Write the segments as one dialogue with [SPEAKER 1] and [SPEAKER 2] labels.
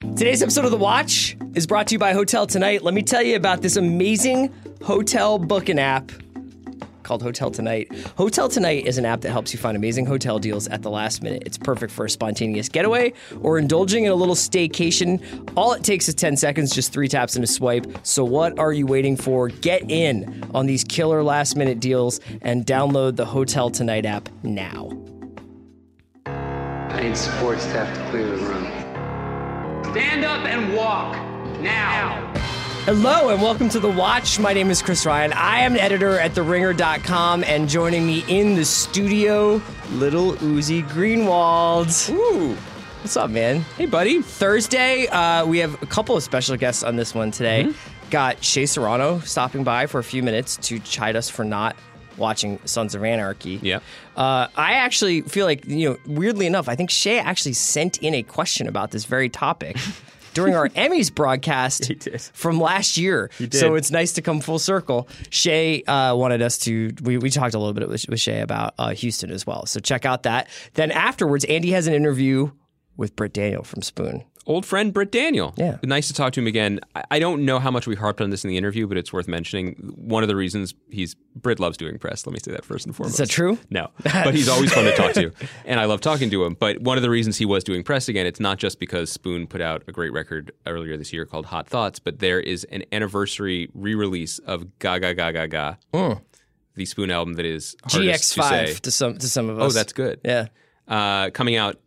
[SPEAKER 1] Today's episode of The Watch is brought to you by Hotel Tonight. Let me tell you about this amazing hotel booking app called Hotel Tonight. Hotel Tonight is an app that helps you find amazing hotel deals at the last minute. It's perfect for a spontaneous getaway or indulging in a little staycation. All it takes is 10 seconds, just three taps and a swipe. So, what are you waiting for? Get in on these killer last minute deals and download the Hotel Tonight app now.
[SPEAKER 2] I need support staff to clear the room.
[SPEAKER 3] Stand up and walk now.
[SPEAKER 1] Hello and welcome to The Watch. My name is Chris Ryan. I am an editor at TheRinger.com, and joining me in the studio, little Uzi Greenwald.
[SPEAKER 4] Ooh.
[SPEAKER 1] What's up, man?
[SPEAKER 4] Hey, buddy.
[SPEAKER 1] Thursday, uh, we have a couple of special guests on this one today.
[SPEAKER 4] Mm-hmm.
[SPEAKER 1] Got Shea Serrano stopping by for a few minutes to chide us for not watching Sons of Anarchy.
[SPEAKER 4] Yeah.
[SPEAKER 1] Uh, I actually feel like, you know, weirdly enough, I think Shea actually sent in a question about this very topic. During our Emmys broadcast
[SPEAKER 4] did.
[SPEAKER 1] from last year,
[SPEAKER 4] did.
[SPEAKER 1] so it's nice to come full circle. Shay uh, wanted us to. We, we talked a little bit with, with Shay about uh, Houston as well, so check out that. Then afterwards, Andy has an interview with Britt Daniel from Spoon.
[SPEAKER 4] Old friend Britt Daniel.
[SPEAKER 1] Yeah.
[SPEAKER 4] Nice to talk to him again. I, I don't know how much we harped on this in the interview, but it's worth mentioning. One of the reasons he's Britt loves doing press. Let me say that first and foremost.
[SPEAKER 1] that true?
[SPEAKER 4] No. But he's always fun to talk to. And I love talking to him. But one of the reasons he was doing press again, it's not just because Spoon put out a great record earlier this year called Hot Thoughts, but there is an anniversary re release of Gaga Gaga Gaga.
[SPEAKER 1] Hmm.
[SPEAKER 4] The Spoon album that is hardest to say.
[SPEAKER 1] GX5 to some to some of
[SPEAKER 4] Oh,
[SPEAKER 1] us.
[SPEAKER 4] that's good.
[SPEAKER 1] Yeah.
[SPEAKER 4] uh, coming out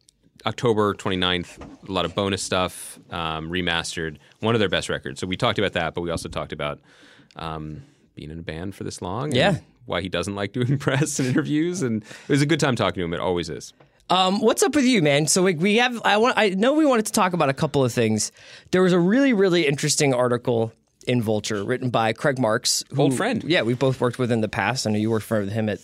[SPEAKER 4] October 29th. A lot of bonus stuff, um, remastered. One of their best records. So we talked about that, but we also talked about um, being in a band for this long. and
[SPEAKER 1] Yeah.
[SPEAKER 4] Why he doesn't like doing press and interviews, and it was a good time talking to him. It always is.
[SPEAKER 1] Um, what's up with you, man? So like we have I want I know we wanted to talk about a couple of things. There was a really really interesting article in Vulture written by Craig Marks, who,
[SPEAKER 4] Old friend.
[SPEAKER 1] Yeah, we both worked with in the past. I know you worked for him at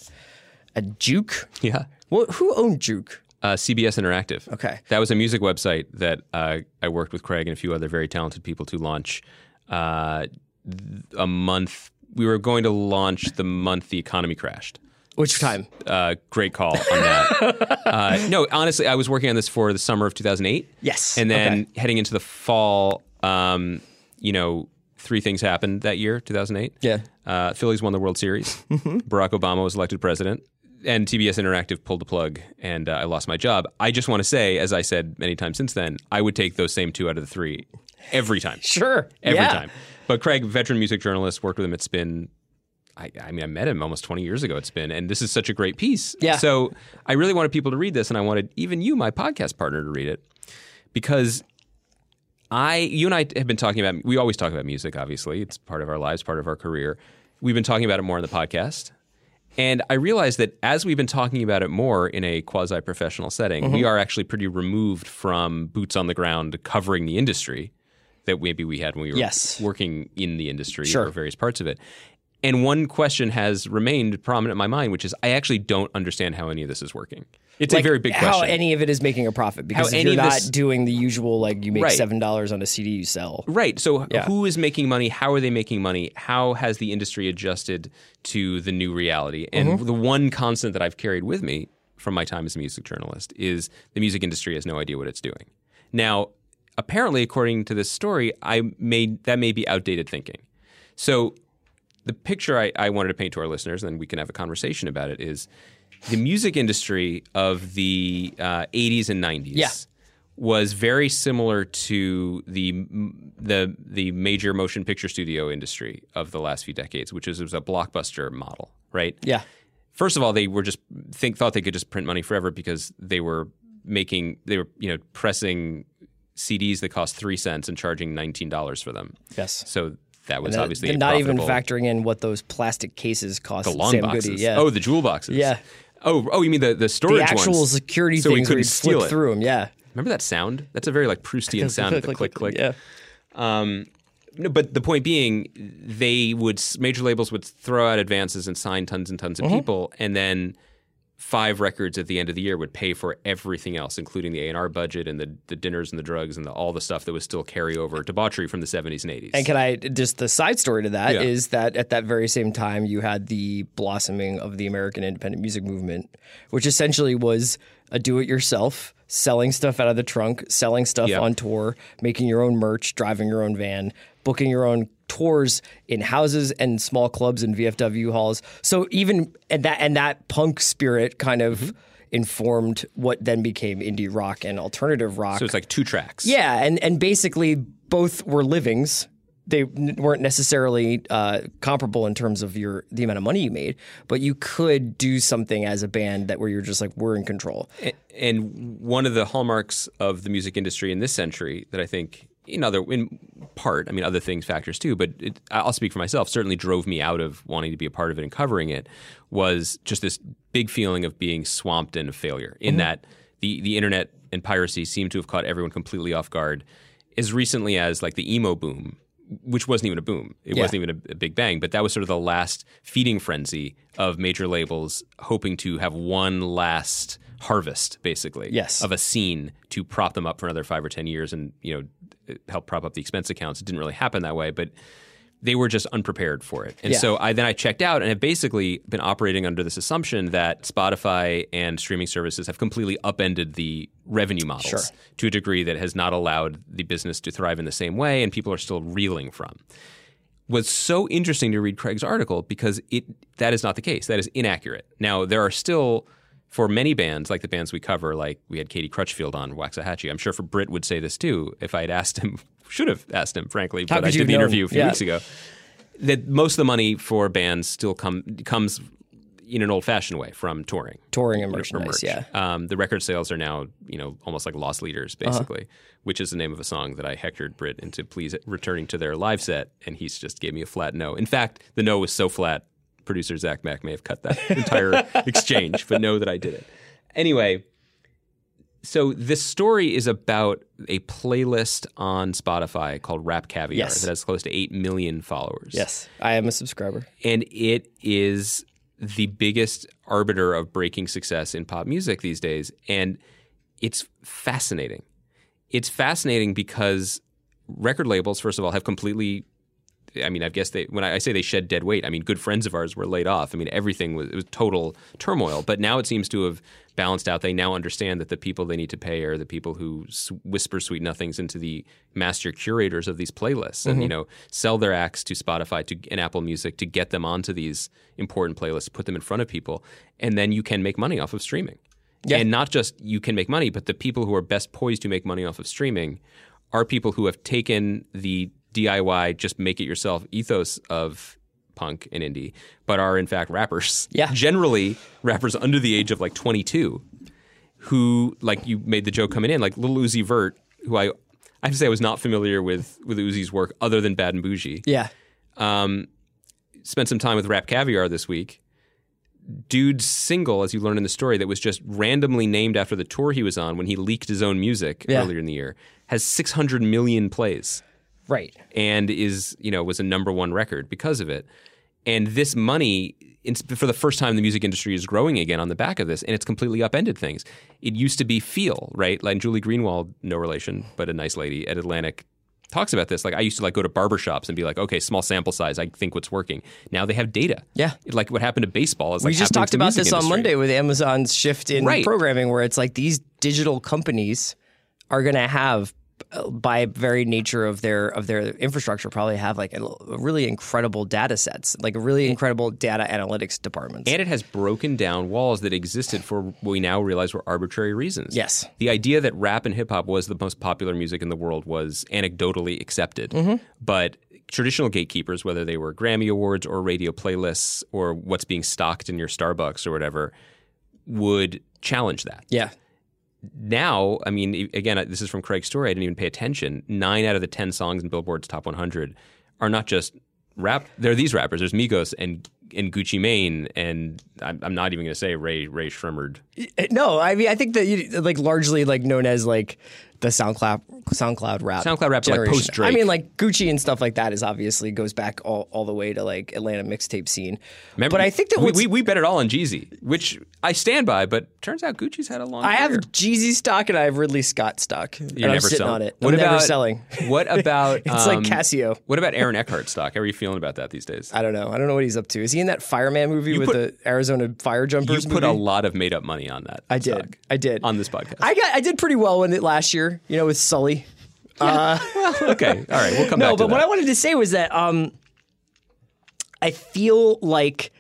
[SPEAKER 1] at Juke.
[SPEAKER 4] Yeah.
[SPEAKER 1] What, who owned Juke?
[SPEAKER 4] Uh, CBS Interactive.
[SPEAKER 1] Okay.
[SPEAKER 4] That was a music website that uh, I worked with Craig and a few other very talented people to launch uh, th- a month. We were going to launch the month the economy crashed.
[SPEAKER 1] Which time?
[SPEAKER 4] Uh, great call on that. uh, no, honestly, I was working on this for the summer of 2008.
[SPEAKER 1] Yes.
[SPEAKER 4] And then heading into the fall, um, you know, three things happened that year, 2008.
[SPEAKER 1] Yeah. Mm-hmm.
[SPEAKER 4] Uh, Phillies won the World Series. Barack Obama was elected president. And TBS Interactive pulled the plug, and uh, I lost my job. I just want to say, as I said many times since then, I would take those same two out of the three every time
[SPEAKER 1] Sure.
[SPEAKER 4] every
[SPEAKER 1] Yeah.
[SPEAKER 4] time. But Craig, veteran music journalist, worked with him at Spin. I, I mean, I met him almost 20 years ago at Spin, and this is such a great piece.
[SPEAKER 1] Yeah.
[SPEAKER 4] So I really wanted people to read this, and I wanted even you, my podcast partner, to read it because I, you and I have been talking about. We always talk about music. Obviously, it's part of our lives, part of our career. We've been talking about it more in the podcast. And I realized that as we've been talking about it more in a quasi professional setting,
[SPEAKER 1] Mm-hmm.
[SPEAKER 4] we are actually pretty removed from boots on the ground covering the industry that maybe we had when we were
[SPEAKER 1] Yes.
[SPEAKER 4] working in the industry
[SPEAKER 1] Sure.
[SPEAKER 4] or various parts of it. And one question has remained prominent in my mind, which is I actually don't understand how any of this is working. It's
[SPEAKER 1] Like,
[SPEAKER 4] a very big
[SPEAKER 1] How
[SPEAKER 4] question.
[SPEAKER 1] any of it is making a profit because if
[SPEAKER 4] any
[SPEAKER 1] you're
[SPEAKER 4] of
[SPEAKER 1] not
[SPEAKER 4] this-
[SPEAKER 1] doing the usual like you make
[SPEAKER 4] Right.
[SPEAKER 1] seven dollars on a CD you sell.
[SPEAKER 4] Right. So
[SPEAKER 1] Yeah.
[SPEAKER 4] who is making money? How are they making money? How has the industry adjusted to the new reality? And
[SPEAKER 1] Mm-hmm.
[SPEAKER 4] the one constant that I've carried with me from my time as a music journalist is the music industry has no idea what it's doing. Now, apparently according to this story, I may that may be outdated thinking. So the picture I, I wanted to paint to our listeners, and we can have a conversation about it, is the music industry of the uh, 80s and 90s
[SPEAKER 1] Yeah.
[SPEAKER 4] was very similar to the the the major motion picture studio industry of the last few decades, which is it was a blockbuster model, right?
[SPEAKER 1] Yeah.
[SPEAKER 4] First of all, they were just think thought they could just print money forever because they were making they were you know pressing CDs that cost three cents and charging nineteen dollars for them.
[SPEAKER 1] Yes.
[SPEAKER 4] So that was
[SPEAKER 1] They're-
[SPEAKER 4] obviously
[SPEAKER 1] they're not even
[SPEAKER 4] profitable.
[SPEAKER 1] factoring in what those plastic cases cost.
[SPEAKER 4] The long
[SPEAKER 1] Sam
[SPEAKER 4] boxes.
[SPEAKER 1] Goody, yeah.
[SPEAKER 4] Oh, the jewel boxes.
[SPEAKER 1] Yeah.
[SPEAKER 4] Oh, oh, you mean the the storage
[SPEAKER 1] the actual
[SPEAKER 4] ones?
[SPEAKER 1] security
[SPEAKER 4] so we
[SPEAKER 1] things where
[SPEAKER 4] couldn't
[SPEAKER 1] you
[SPEAKER 4] steal
[SPEAKER 1] flip
[SPEAKER 4] it.
[SPEAKER 1] through them. Yeah.
[SPEAKER 4] Remember that sound? That's a very like Proustian sound. of the click click.
[SPEAKER 1] Yeah.
[SPEAKER 4] No, but the point being, they would major labels would throw out advances and sign tons and tons of
[SPEAKER 1] Mm-hmm.
[SPEAKER 4] people, and then five records at the end of the year would pay for everything else, including the A and R budget and the the dinners and the drugs and the, all the stuff that was still carryover debauchery from the seventies and eighties.
[SPEAKER 1] And can I just the side story to that is
[SPEAKER 4] Yeah.
[SPEAKER 1] that at that very same time you had the blossoming of the American independent music movement, which essentially was a do-it-yourself selling stuff out of the trunk, selling stuff
[SPEAKER 4] Yeah.
[SPEAKER 1] on tour, making your own merch, driving your own van, booking your own tours in houses and small clubs and VFW halls. So even and that and that punk spirit kind
[SPEAKER 4] Mm-hmm.
[SPEAKER 1] of informed what then became indie rock and alternative rock.
[SPEAKER 4] So it's like two tracks.
[SPEAKER 1] Yeah, and and basically both were livings. They n- weren't necessarily uh, comparable in terms of your the amount of money you made, but you could do something as a band that where you're just like we're in control.
[SPEAKER 4] and one of the hallmarks of the music industry in this century that I think in other in part, I mean other things factors too, but it, I'll speak for myself, certainly drove me out of wanting to be a part of it and covering it was just this big feeling of being swamped in failure in that the the internet and piracy seem to have caught everyone completely off guard as recently as like the emo boom which wasn't even a boom. It
[SPEAKER 1] Yeah.
[SPEAKER 4] wasn't even a, a big bang, but that was sort of the last feeding frenzy of major labels hoping to have one last harvest, basically,
[SPEAKER 1] Yes.
[SPEAKER 4] of a scene to prop them up for another five or ten years, and you know, help prop up the expense accounts. It didn't really happen that way, but they were just unprepared for it. And
[SPEAKER 1] Yeah.
[SPEAKER 4] so I then I checked out and have basically been operating under this assumption that Spotify and streaming services have completely upended the revenue models
[SPEAKER 1] Sure.
[SPEAKER 4] to a degree that has not allowed the business to thrive in the same way and people are still reeling from. Was so interesting to read Craig's article because it that is not the case. That is inaccurate. Now there are still for many bands, like the bands we cover, like we had Katie Crutchfield on Waxahachie. I'm sure for Britt would say this too. If I had asked him, should have asked him, frankly,
[SPEAKER 1] How
[SPEAKER 4] but I
[SPEAKER 1] could you
[SPEAKER 4] did the
[SPEAKER 1] know?
[SPEAKER 4] interview a few
[SPEAKER 1] Yeah.
[SPEAKER 4] weeks ago that most of the money for bands still come comes in an old fashioned way from touring.
[SPEAKER 1] Touring and
[SPEAKER 4] Or- or
[SPEAKER 1] merchandise,
[SPEAKER 4] merch.
[SPEAKER 1] yeah. Uh-huh.
[SPEAKER 4] Um, the record sales are now, you know, almost like lost leaders, basically, which is the name of a song that I hectored Britt into please returning to their live set, and he's just gave me a flat no. In fact, the no was so flat, producer Zach Mack may have cut that entire exchange, but know that I did it. Anyway, so this story is about a playlist on Spotify called Rap Caviar
[SPEAKER 1] Yes.
[SPEAKER 4] that has close to eight million followers
[SPEAKER 1] Yes, I am a subscriber.
[SPEAKER 4] and it is the biggest arbiter of breaking success in pop music these days and it's fascinating it's fascinating because record labels first of all have completely I mean, I guess they when I I say they shed dead weight, I mean good friends of ours were laid off. I mean everything was it was total turmoil. But now it seems to have balanced out. They now understand that the people they need to pay are the people who s- whisper sweet nothings into the master curators of these playlists, and you know sell their acts to Spotify to and Apple Music to get them onto these important playlists, put them in front of people, and then you can make money off of streaming.
[SPEAKER 1] Yeah.
[SPEAKER 4] And not just you can make money, but the people who are best poised to make money off of streaming are people who have taken the DIY, just make it yourself ethos of punk and indie, but are in fact rappers.
[SPEAKER 1] Yeah.
[SPEAKER 4] Generally, rappers under the age of like 22 who, like you made the joke coming in, like Lil Uzi Vert, who I, I have to say I was not familiar with, with Uzi's work other than Bad and Bougie
[SPEAKER 1] Yeah,
[SPEAKER 4] spent some time with Rap Caviar this week. Dude's single, as you learn in the story, that was just randomly named after the tour he was on when he leaked his own music
[SPEAKER 1] Yeah.
[SPEAKER 4] earlier in the year, has 600 million plays
[SPEAKER 1] right.
[SPEAKER 4] and is you know was a number one record because of it. And this money, it's, for the first time, the music industry is growing again on the back of this, and it's completely upended things. It used to be feel right, like Julie Greenwald, no relation, but a nice lady at Atlantic, talks about this. Like I used to like go to barbershops and be like, okay, small sample size, I think what's working. Now they have data.
[SPEAKER 1] Yeah.
[SPEAKER 4] like what happened to baseball is
[SPEAKER 1] We
[SPEAKER 4] like
[SPEAKER 1] just
[SPEAKER 4] happening
[SPEAKER 1] talked
[SPEAKER 4] to the
[SPEAKER 1] about
[SPEAKER 4] music
[SPEAKER 1] this on
[SPEAKER 4] industry.
[SPEAKER 1] Monday with Amazon's shift in
[SPEAKER 4] Right.
[SPEAKER 1] programming, where it's like these digital companies are going to have, uh, by very nature of their of their infrastructure, probably have like a l- really incredible data sets, like really incredible data analytics departments.
[SPEAKER 4] And it has broken down walls that existed for what we now realize were arbitrary reasons.
[SPEAKER 1] Yes.
[SPEAKER 4] The idea that rap and hip hop was the most popular music in the world was anecdotally accepted. But traditional gatekeepers, whether they were Grammy Awards or radio playlists or what's being stocked in your Starbucks or whatever, would challenge that
[SPEAKER 1] yeah,
[SPEAKER 4] now, I mean, e- again, I- this is from Craig's story. I didn't even pay attention. Nine out of the 10 songs in Billboard's Top 100 are not just rap. They're these rappers. There's Migos and and Gucci Mane and I'm, I'm not
[SPEAKER 1] Uh,
[SPEAKER 4] even going to say Ray Ray Shrimmered.
[SPEAKER 1] No, I mean I think that you, like largely like known as like the SoundCloud SoundCloud rap
[SPEAKER 4] SoundCloud rap, like,
[SPEAKER 1] generation.
[SPEAKER 4] post-Drake.
[SPEAKER 1] I mean, like Gucci and stuff like that is obviously goes back all, all the way to like Atlanta mixtape scene.
[SPEAKER 4] Remember-
[SPEAKER 1] but I think that
[SPEAKER 4] we,
[SPEAKER 1] what's-
[SPEAKER 4] we, we bet it all on Jeezy, which I stand by. But turns out Gucci's had a long.
[SPEAKER 1] I have
[SPEAKER 4] career.
[SPEAKER 1] Jeezy stock and I have Ridley Scott stock.
[SPEAKER 4] You're
[SPEAKER 1] and I'm
[SPEAKER 4] never
[SPEAKER 1] sitting
[SPEAKER 4] selling.
[SPEAKER 1] on it.
[SPEAKER 4] What
[SPEAKER 1] I'm
[SPEAKER 4] about
[SPEAKER 1] never selling.
[SPEAKER 4] What about?
[SPEAKER 1] It's like
[SPEAKER 4] um,
[SPEAKER 1] Casio.
[SPEAKER 4] What about Aaron Eckhart stock? How are you feeling about that these days?
[SPEAKER 1] I don't know. I don't know what he's up to. Is he in that fireman movie with
[SPEAKER 4] put-
[SPEAKER 1] the Arizona fire
[SPEAKER 4] You
[SPEAKER 1] jumpers?
[SPEAKER 4] put a
[SPEAKER 1] movie?
[SPEAKER 4] lot of made up money on that.
[SPEAKER 1] I did.
[SPEAKER 4] stock.
[SPEAKER 1] I did
[SPEAKER 4] on this podcast.
[SPEAKER 1] I got. I did pretty well with it last year. You know, with Sully.
[SPEAKER 4] okay, all right, we'll come
[SPEAKER 1] No, but
[SPEAKER 4] back. to
[SPEAKER 1] what
[SPEAKER 4] that.
[SPEAKER 1] I wanted to say was that um, I feel like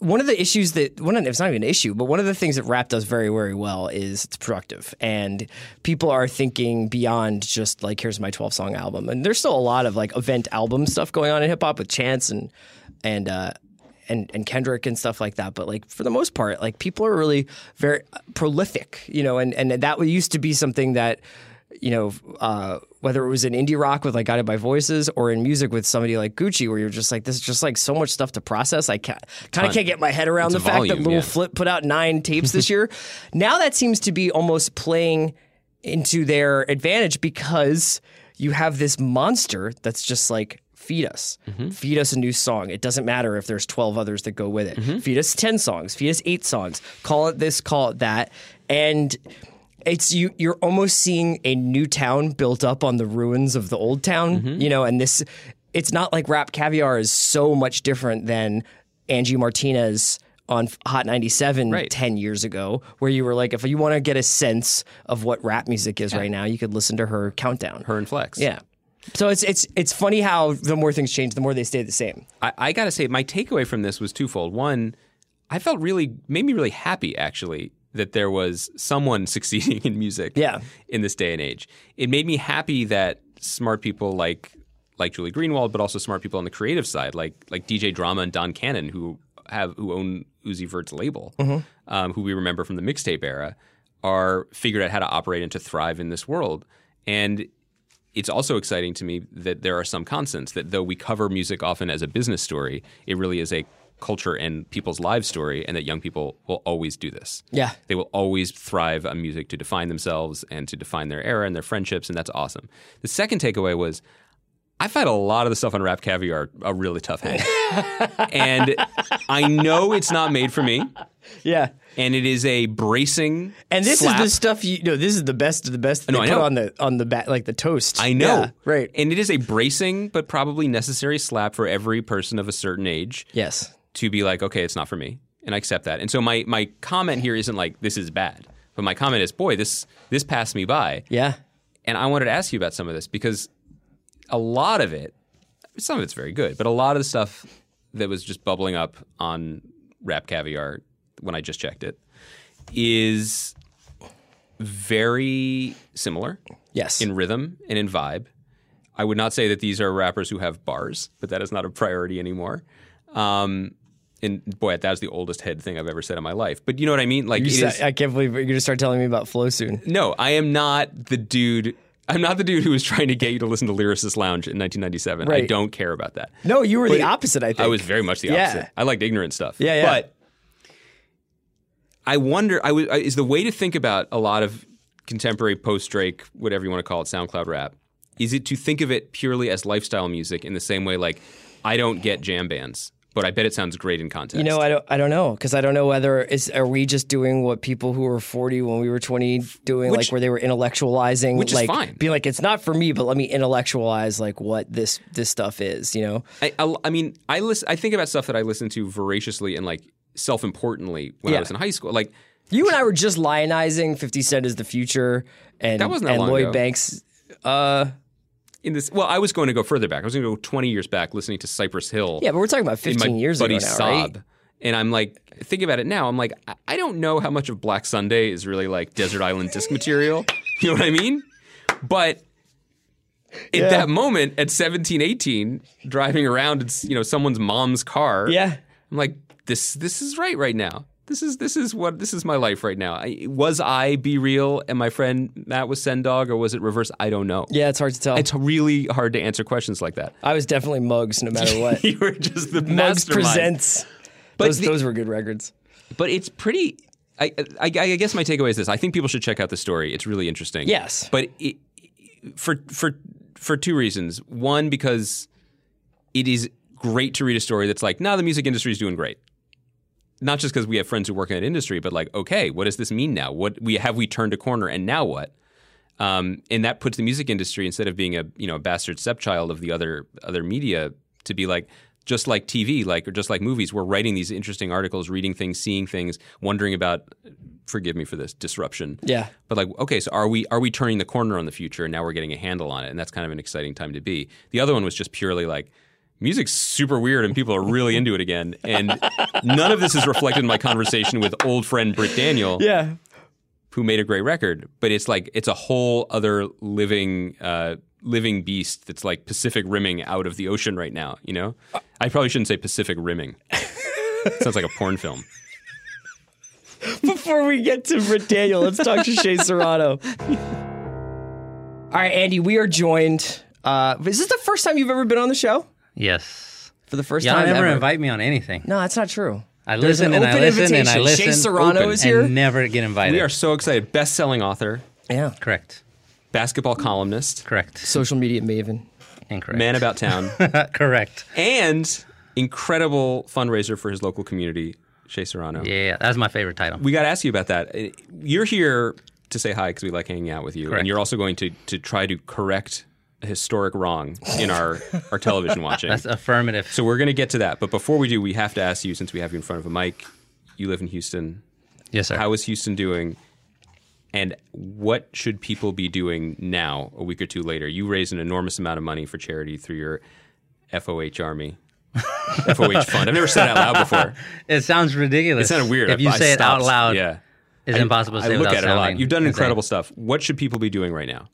[SPEAKER 1] one of the issues that one of, it's not even an issue, but one of the things that rap does very very well is it's productive, and people are thinking beyond just like here's my twelve song album, and there's still a lot of like event album stuff going on in hip hop with Chance and and uh, and and Kendrick and stuff like that. But like for the most part, like people are really very uh, prolific, you know, and and that used to be something that you know, uh, whether it was in indie rock with like Guided by Voices or in music with somebody like Gucci, where you're just like, there's just like so much stuff to process. I can't, kind of can't get my head around
[SPEAKER 4] It's
[SPEAKER 1] the
[SPEAKER 4] a
[SPEAKER 1] fact that
[SPEAKER 4] volume,
[SPEAKER 1] Little
[SPEAKER 4] yeah.
[SPEAKER 1] Flip put out nine tapes this year. Now that seems to be almost playing into their advantage because you have this monster that's just like, feed us.
[SPEAKER 4] Mm-hmm.
[SPEAKER 1] Feed us a new song. It doesn't matter if there's 12 others that go with it.
[SPEAKER 4] Mm-hmm.
[SPEAKER 1] Feed us 10 songs. Feed us eight songs. Call it this, call it that. And it's you you're almost seeing a new town built up on the ruins of the old town
[SPEAKER 4] Mm-hmm.
[SPEAKER 1] you know and this it's not like rap caviar is so much different than angie martinez on F- hot 97
[SPEAKER 4] Right.
[SPEAKER 1] 10 years ago where you were like if you want to get a sense of what rap music is right now you could listen to her countdown
[SPEAKER 4] Her and Flex.
[SPEAKER 1] yeah so it's it's it's funny how the more things change the more they stay the same
[SPEAKER 4] I, I got to say, my takeaway from this was twofold. One, I felt really made me really happy actually that there was someone succeeding in music.
[SPEAKER 1] Yeah.
[SPEAKER 4] in this day and age, it made me happy that smart people like like Julie Greenwald, but also smart people on the creative side, like like DJ Drama and Don Cannon, who have who own Uzi Vert's label, um, who we remember from the mixtape era, are figured out how to operate and to thrive in this world. And it's also exciting to me that there are some constants that though we cover music often as a business story, it really is a culture and people's lives story, and that young people will always do this.
[SPEAKER 1] Yeah.
[SPEAKER 4] They will always thrive on music to define themselves and to define their era and their friendships, and that's awesome. The second takeaway was I find a lot of the stuff on Rap Caviar a really tough hang. and I know it's not made for me,
[SPEAKER 1] yeah
[SPEAKER 4] and it is a bracing
[SPEAKER 1] and this
[SPEAKER 4] slap.
[SPEAKER 1] is the stuff you know this is the best of the best that
[SPEAKER 4] No,
[SPEAKER 1] they
[SPEAKER 4] I
[SPEAKER 1] put
[SPEAKER 4] know.
[SPEAKER 1] on the on the bat like the toast
[SPEAKER 4] I know.
[SPEAKER 1] Yeah, right
[SPEAKER 4] And it is a bracing but probably necessary slap for every person of a certain age
[SPEAKER 1] yes
[SPEAKER 4] to be like, okay, it's not for me. And I accept that. And so my, my comment here isn't like this is bad. But my comment is, boy, this this passed me by.
[SPEAKER 1] Yeah.
[SPEAKER 4] And I wanted to ask you about some of this because a lot of it, some of it's very good, but a lot of the stuff that was just bubbling up on Rap Caviar when I just checked it is very similar
[SPEAKER 1] Yes.
[SPEAKER 4] in rhythm and in vibe. I would not say that these are rappers who have bars, but that is not a priority anymore. Um, and boy, that was the oldest head thing I've ever said in my life. But you know what I mean? Like,
[SPEAKER 1] You
[SPEAKER 4] it
[SPEAKER 1] said-
[SPEAKER 4] is-
[SPEAKER 1] I can't believe you're gonna start telling me about flow soon.
[SPEAKER 4] no, I am not the dude. I'm not the dude who was trying to get you to listen to Lyricist Lounge in 1997. I
[SPEAKER 1] Right.
[SPEAKER 4] don't care about that.
[SPEAKER 1] No, you were
[SPEAKER 4] But
[SPEAKER 1] the opposite. I think
[SPEAKER 4] I was very much the
[SPEAKER 1] Yeah.
[SPEAKER 4] opposite. I liked ignorant stuff.
[SPEAKER 1] Yeah, yeah.
[SPEAKER 4] But I wonder. I was I- is the way to think about a lot of contemporary post Drake, whatever you want to call it, SoundCloud rap, is it to think of it purely as lifestyle music in the same way like I don't get jam bands, but I bet it sounds great in context.
[SPEAKER 1] You know, I don't. I don't know because I don't know whether is are we just doing what people who were forty when we were twenty doing,
[SPEAKER 4] Which-
[SPEAKER 1] like where they were intellectualizing,
[SPEAKER 4] which is
[SPEAKER 1] like
[SPEAKER 4] fine.
[SPEAKER 1] being like it's not for me, but let me intellectualize like what this this stuff is. You know,
[SPEAKER 4] I, I, I mean, I listen. I think about stuff that I listen to voraciously and like self-importantly when I
[SPEAKER 1] Yeah.
[SPEAKER 4] was in high school. Like
[SPEAKER 1] you and I were just lionizing Fifty Cent is the future, and
[SPEAKER 4] That wasn't that
[SPEAKER 1] and
[SPEAKER 4] long
[SPEAKER 1] Lloyd
[SPEAKER 4] ago.
[SPEAKER 1] Banks.
[SPEAKER 4] in this, well, I was going to go further back. I was going to go 20 years back, listening to Cypress Hill.
[SPEAKER 1] Yeah, but we're talking about
[SPEAKER 4] in my
[SPEAKER 1] fifteen years ago
[SPEAKER 4] buddy
[SPEAKER 1] now, right?
[SPEAKER 4] Saab. And I'm like, think about it now. I'm like, I- I don't know how much of Black Sunday is really like desert island disc material. You know what I mean? But at that moment, at 17, 18, driving around, it's you know someone's mom's car.
[SPEAKER 1] Yeah.
[SPEAKER 4] I'm like, this this is right right now. This is this is what this is my life right now. I, was I be real and my friend Matt was send dog or was it reverse? I don't know.
[SPEAKER 1] Yeah, it's hard to tell.
[SPEAKER 4] It's really hard to answer questions like that.
[SPEAKER 1] I was definitely Mugs, no matter what.
[SPEAKER 4] you were just the
[SPEAKER 1] Mugs
[SPEAKER 4] mastermind.
[SPEAKER 1] presents.
[SPEAKER 4] But
[SPEAKER 1] those,
[SPEAKER 4] the-
[SPEAKER 1] those were good records.
[SPEAKER 4] but it's pretty I, I, I guess my takeaway is this: I think people should check out the story. It's really interesting.
[SPEAKER 1] Yes.
[SPEAKER 4] but it, for for for two reasons. One, because it is great to read a story that's like, now the music industry is doing great. Not just because we have friends who work in that industry, but like, okay, what does this mean now? What we have we turned a corner, and now what? Um, and that puts the music industry instead of being a you know a bastard stepchild of the other other media to be like just like TV, like or just like movies, we're writing these interesting articles, reading things, seeing things, wondering about. Forgive me for this disruption.
[SPEAKER 1] Yeah.
[SPEAKER 4] But like, okay, so are we are we turning the corner on the future, and now we're getting a handle on it, and that's kind of an exciting time to be. The other one was just purely like. Music's super weird and people are really into it again. And none of this is reflected in my conversation with old friend Britt Daniel
[SPEAKER 1] Yeah.
[SPEAKER 4] who made a great record, but it's like it's a whole other living uh, living beast that's like Pacific rimming out of the ocean right now. You know, I probably shouldn't say Pacific rimming. Sounds like a porn film.
[SPEAKER 1] Before we get to Britt Daniel, let's talk to Shay Serrano. All right, Andy, we are joined. Uh, is this the first time you've ever been on the show?
[SPEAKER 5] Yes.
[SPEAKER 1] For the 1st
[SPEAKER 5] Y'all
[SPEAKER 1] time
[SPEAKER 5] never
[SPEAKER 1] ever?
[SPEAKER 5] invite me on anything.
[SPEAKER 1] no, that's not true.
[SPEAKER 5] I
[SPEAKER 1] There's
[SPEAKER 5] listen
[SPEAKER 1] an
[SPEAKER 5] and I
[SPEAKER 1] open
[SPEAKER 5] listen
[SPEAKER 1] invitation.
[SPEAKER 5] and I listen.
[SPEAKER 1] Shay Serrano
[SPEAKER 5] open,
[SPEAKER 1] is here.
[SPEAKER 5] And never get invited.
[SPEAKER 4] We are so excited. Best selling author,
[SPEAKER 1] Yeah.
[SPEAKER 5] correct.
[SPEAKER 4] basketball columnist,
[SPEAKER 5] Correct.
[SPEAKER 1] Social media maven.
[SPEAKER 5] Incorrect.
[SPEAKER 4] man about town,
[SPEAKER 5] correct.
[SPEAKER 4] and incredible fundraiser for his local community, Shea Serrano.
[SPEAKER 5] Yeah, that's my favorite title.
[SPEAKER 4] We got to ask you about that. Uh, You're here to say hi because we like hanging out with you,
[SPEAKER 5] Correct.
[SPEAKER 4] and you're also going to to try to correct a historic wrong in our our television watching.
[SPEAKER 5] that's affirmative.
[SPEAKER 4] So we're going to get to that, but before we do, we have to ask you since we have you in front of a mic. You live in Houston.
[SPEAKER 5] yes, sir.
[SPEAKER 4] How is Houston doing? And what should people be doing now, a week or two later? You raised an enormous amount of money for charity through your FOH Army, FOH Fund. I've never said it out loud before.
[SPEAKER 5] it sounds ridiculous.
[SPEAKER 4] It sounded weird.
[SPEAKER 5] If you
[SPEAKER 4] I- I
[SPEAKER 5] say it out
[SPEAKER 4] stopped.
[SPEAKER 5] loud,
[SPEAKER 4] yeah.
[SPEAKER 5] it's impossible to
[SPEAKER 4] I
[SPEAKER 5] say
[SPEAKER 4] look
[SPEAKER 5] without
[SPEAKER 4] at it a lot.
[SPEAKER 5] sounding
[SPEAKER 4] You've done
[SPEAKER 5] insane.
[SPEAKER 4] incredible stuff. What should people be doing right now?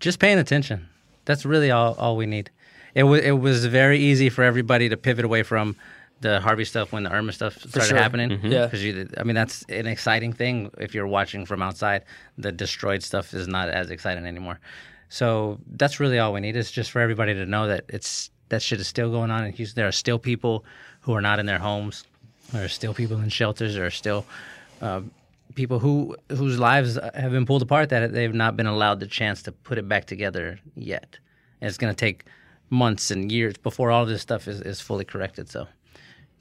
[SPEAKER 5] just paying attention. That's really all, all we need. It was it was very easy for everybody to pivot away from the Harvey stuff when the Irma stuff started
[SPEAKER 1] sure.
[SPEAKER 5] happening.
[SPEAKER 1] Yeah.
[SPEAKER 5] Mm-hmm. because I mean that's an exciting thing. If you're watching from outside, the destroyed stuff is not as exciting anymore. So that's really all we need is just for everybody to know that it's that shit is still going on in Houston. There are still people who are not in their homes. There are still people in shelters. There are still um, people who whose lives have been pulled apart that they've not been allowed the chance to put it back together yet. And it's going to take months and years before all of this stuff is, is fully corrected. So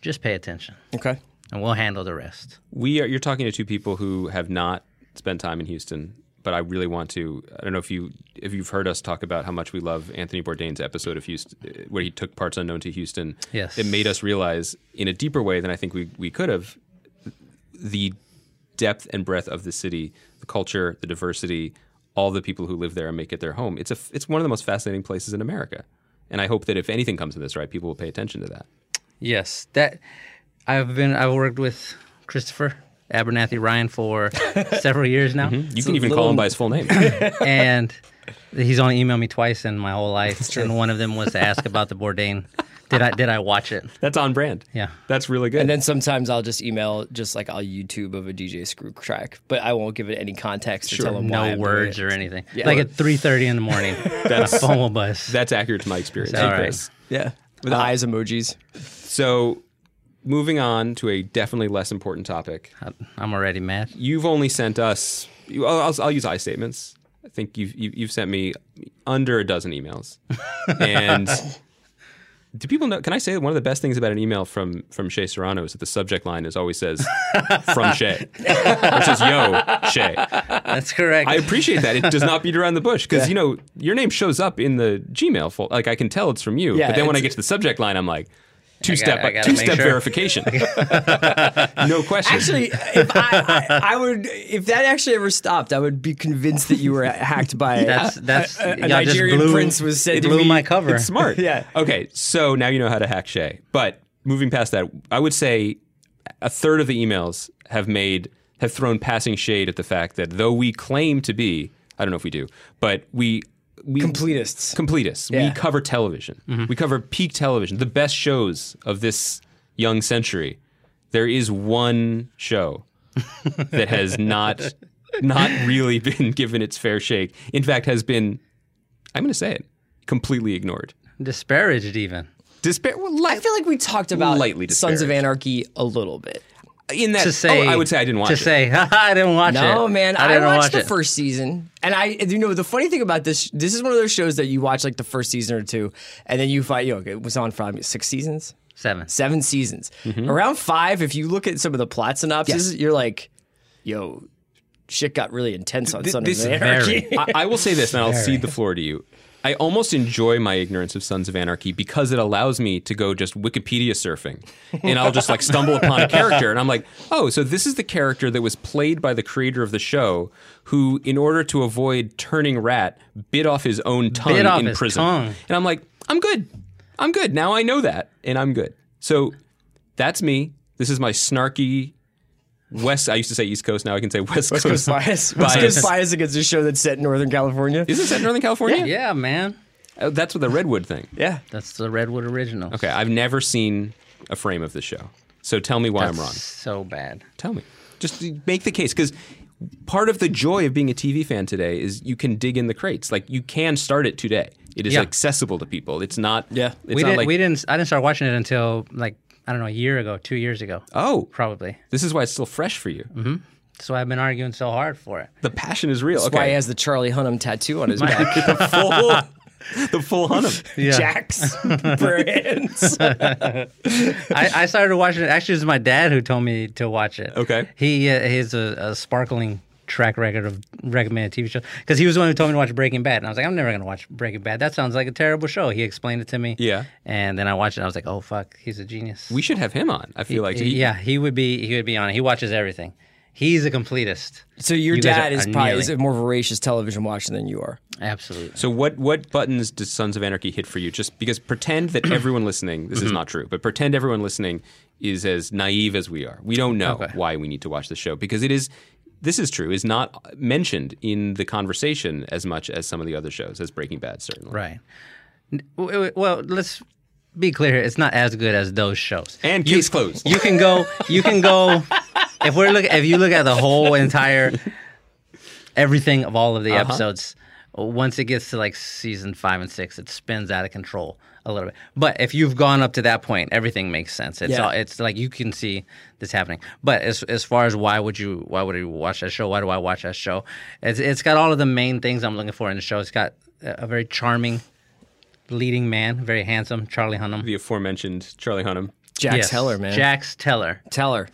[SPEAKER 5] just pay attention
[SPEAKER 1] Okay.
[SPEAKER 5] and we'll handle the rest.
[SPEAKER 4] We are. You're talking to two people who have not spent time in Houston, but I really want to. I don't know if you if you've heard us talk about how much we love Anthony Bourdain's episode of Houston, uh, where he took parts unknown to Houston.
[SPEAKER 5] Yes.
[SPEAKER 4] it made us realize in a deeper way than I think we we could have the depth and breadth of the city, the culture, the diversity, all the people who live there and make it their home. It's a it's one of the most fascinating places in America, and I hope that if anything comes of this, right, people will pay attention to that.
[SPEAKER 5] Yes, that I've been I've worked with Christopher Abernathy Ryan for several years now.
[SPEAKER 4] You can even
[SPEAKER 1] little-
[SPEAKER 4] call him by his full name.
[SPEAKER 5] and he's only emailed me twice in my whole life, and one of them was to ask about the Bourdain. Did I did I watch it?
[SPEAKER 4] That's on brand.
[SPEAKER 5] Yeah.
[SPEAKER 4] that's really good.
[SPEAKER 1] And then sometimes I'll just email just like I'll YouTube of a DJ screw track, but I won't give it any context or tell them why
[SPEAKER 5] no
[SPEAKER 1] I'm doing
[SPEAKER 5] words
[SPEAKER 1] it.
[SPEAKER 5] or anything. like at three thirty in the morning,
[SPEAKER 4] That's-
[SPEAKER 5] a phone will buzz.
[SPEAKER 4] That's accurate to my experience.
[SPEAKER 5] All right.
[SPEAKER 4] Yes.
[SPEAKER 1] Yeah. With eyes emojis.
[SPEAKER 4] So, moving on to a definitely less important topic.
[SPEAKER 5] I'm already mad.
[SPEAKER 4] You've only sent us. you- I'll, I'll, I'll use I statements. I think you've you- you've sent me under a dozen emails. And do people know? Can I say that one of the best things about an email from from Shay Serrano is that the subject line is always says from Shay, which is yo Shay.
[SPEAKER 5] That's correct.
[SPEAKER 4] I appreciate that. It does not beat around the bush because you know your name shows up in the Gmail folder. Like I can tell it's from you.
[SPEAKER 1] Yeah,
[SPEAKER 4] but then when I
[SPEAKER 1] it's-
[SPEAKER 4] get to the subject line, I'm like, two
[SPEAKER 5] I
[SPEAKER 4] step,
[SPEAKER 5] gotta
[SPEAKER 4] two
[SPEAKER 5] make
[SPEAKER 4] step
[SPEAKER 5] sure.
[SPEAKER 4] verification. no question.
[SPEAKER 1] Actually, if I, I, I would, if that actually ever stopped, I would be convinced that you were hacked by
[SPEAKER 5] that's that's
[SPEAKER 1] a, a
[SPEAKER 5] y'all
[SPEAKER 1] Nigerian
[SPEAKER 5] just blew,
[SPEAKER 1] prince was
[SPEAKER 5] it
[SPEAKER 1] sending
[SPEAKER 5] blew
[SPEAKER 1] me.
[SPEAKER 5] my cover.
[SPEAKER 4] it's smart.
[SPEAKER 1] Yeah.
[SPEAKER 4] Okay. So now you know how to hack Shay. But moving past that, I would say a third of the emails have made have thrown passing shade at the fact that though we claim to be, I don't know if we do, but we we
[SPEAKER 1] Completists.
[SPEAKER 4] completists.
[SPEAKER 1] Yeah.
[SPEAKER 4] We cover television.
[SPEAKER 5] Mm-hmm.
[SPEAKER 4] We cover peak television, the best shows of this young century. There is one show that has not not really been given its fair shake. In fact, has been I'm going to say it completely ignored.
[SPEAKER 5] Disparaged even.
[SPEAKER 4] Despair. Well, li-
[SPEAKER 1] uh, I feel like we talked about
[SPEAKER 4] Lightly
[SPEAKER 1] Sons of
[SPEAKER 4] disparaged.
[SPEAKER 1] Anarchy a little bit.
[SPEAKER 4] in that
[SPEAKER 5] to say
[SPEAKER 4] oh, I would say I didn't watch
[SPEAKER 5] to
[SPEAKER 4] it.
[SPEAKER 5] say "Haha, I didn't watch it.
[SPEAKER 1] No, man. I,
[SPEAKER 5] didn't
[SPEAKER 1] watched
[SPEAKER 5] watch
[SPEAKER 1] the
[SPEAKER 5] it.
[SPEAKER 1] first season. And I, you know, the funny thing about this, this is one of those shows that you watch like the first season or two, and then you find, you know, it was on for I mean, six seasons,
[SPEAKER 5] seven.
[SPEAKER 1] seven seasons. Around five, if you look at some of the plot synopses, you're like, yo, shit got really intense on
[SPEAKER 4] Th-
[SPEAKER 1] Sons of
[SPEAKER 4] this-
[SPEAKER 1] Anarchy.
[SPEAKER 4] I, I will say this, and I'll cede the floor to you. I almost enjoy my ignorance of Sons of Anarchy because it allows me to go just Wikipedia surfing, and I'll just like stumble upon a character, and I'm like, oh, so this is the character that was played by the creator of the show, who, in order to avoid turning rat, bit off his own tongue
[SPEAKER 5] Bit off
[SPEAKER 4] in
[SPEAKER 5] his
[SPEAKER 4] prison,
[SPEAKER 5] tongue.
[SPEAKER 4] and I'm like, I'm good, I'm good. Now I know that, and I'm good. So that's me. This is my snarky. West, I used to say East Coast. Now I can say West,
[SPEAKER 1] West Coast bias. West Coast bias against a show that's set in Northern California.
[SPEAKER 4] Is it set in Northern California?
[SPEAKER 5] Yeah, man.
[SPEAKER 4] Uh, that's with the Redwood thing.
[SPEAKER 1] Yeah.
[SPEAKER 5] That's the Redwood original.
[SPEAKER 4] Okay, I've never seen a frame of the show. So tell me why
[SPEAKER 5] That's
[SPEAKER 4] I'm wrong.
[SPEAKER 5] So bad.
[SPEAKER 4] Tell me. Just make the case because part of the joy of being a TV fan today is you can dig in the crates. Like you can start it today. It is
[SPEAKER 5] Yeah.
[SPEAKER 4] accessible to people. It's not.
[SPEAKER 1] Yeah.
[SPEAKER 4] It's
[SPEAKER 5] we
[SPEAKER 4] not
[SPEAKER 5] didn't.
[SPEAKER 4] like
[SPEAKER 5] we didn't. I didn't start watching it until like I don't know a year ago, two years ago,
[SPEAKER 4] oh,
[SPEAKER 5] probably.
[SPEAKER 4] this is why it's still fresh for you.
[SPEAKER 5] That's why I've been arguing so hard for it.
[SPEAKER 4] The passion is real.
[SPEAKER 1] That's
[SPEAKER 4] okay.
[SPEAKER 1] why he has the Charlie Hunnam tattoo on his back.
[SPEAKER 4] the full, the full Hunnam.
[SPEAKER 5] Yeah.
[SPEAKER 1] Jack's brands.
[SPEAKER 5] I, I started watching it. Actually, it was my dad who told me to watch it.
[SPEAKER 4] Okay.
[SPEAKER 5] He uh, he has a, a sparkling track record of recommended TV shows because he was the one who told me to watch Breaking Bad, and I was like, I'm never gonna watch Breaking Bad. That sounds like a terrible show. He explained it to me.
[SPEAKER 4] Yeah.
[SPEAKER 5] And then I watched it. and I was like, oh fuck, he's a genius.
[SPEAKER 4] We should have him on. I feel like he,
[SPEAKER 5] yeah, he would be he would be on. it. He watches everything. He's a completist.
[SPEAKER 1] So your
[SPEAKER 5] You guys
[SPEAKER 1] dad
[SPEAKER 5] are-
[SPEAKER 1] is
[SPEAKER 5] are
[SPEAKER 1] probably
[SPEAKER 5] kneeling.
[SPEAKER 1] is a more voracious television watcher than you are.
[SPEAKER 5] Absolutely.
[SPEAKER 4] So what what buttons does Sons of Anarchy hit for you? Just because pretend that everyone listening, this
[SPEAKER 5] Mm-hmm.
[SPEAKER 4] is not true, but pretend everyone listening is as naive as we are. We don't know
[SPEAKER 5] Okay.
[SPEAKER 4] why we need to watch the show because it is this is true is not mentioned in the conversation as much as some of the other shows as Breaking Bad certainly.
[SPEAKER 5] Right. N- w- w- Well, let's be clear. here. It's not as good as those shows.
[SPEAKER 4] And case closed.
[SPEAKER 5] You can go. You can go. if we're look, if you look at the whole entire everything of all of
[SPEAKER 1] Uh-huh.
[SPEAKER 5] the episodes, once it gets to like season five and six, it spins out of control a little bit. But if you've gone up to that point, everything makes sense. It's
[SPEAKER 1] Yeah.
[SPEAKER 5] all, it's like you can see this happening. But as as far as why would you why would you watch that show? Why do I watch that show? It's it's got all of the main things I'm looking for in the show. It's got a a very charming leading man, very handsome, Charlie Hunnam.
[SPEAKER 4] The aforementioned Charlie Hunnam.
[SPEAKER 1] Jax
[SPEAKER 5] Yes,
[SPEAKER 1] Teller, man.
[SPEAKER 5] Jax Teller.
[SPEAKER 1] Teller.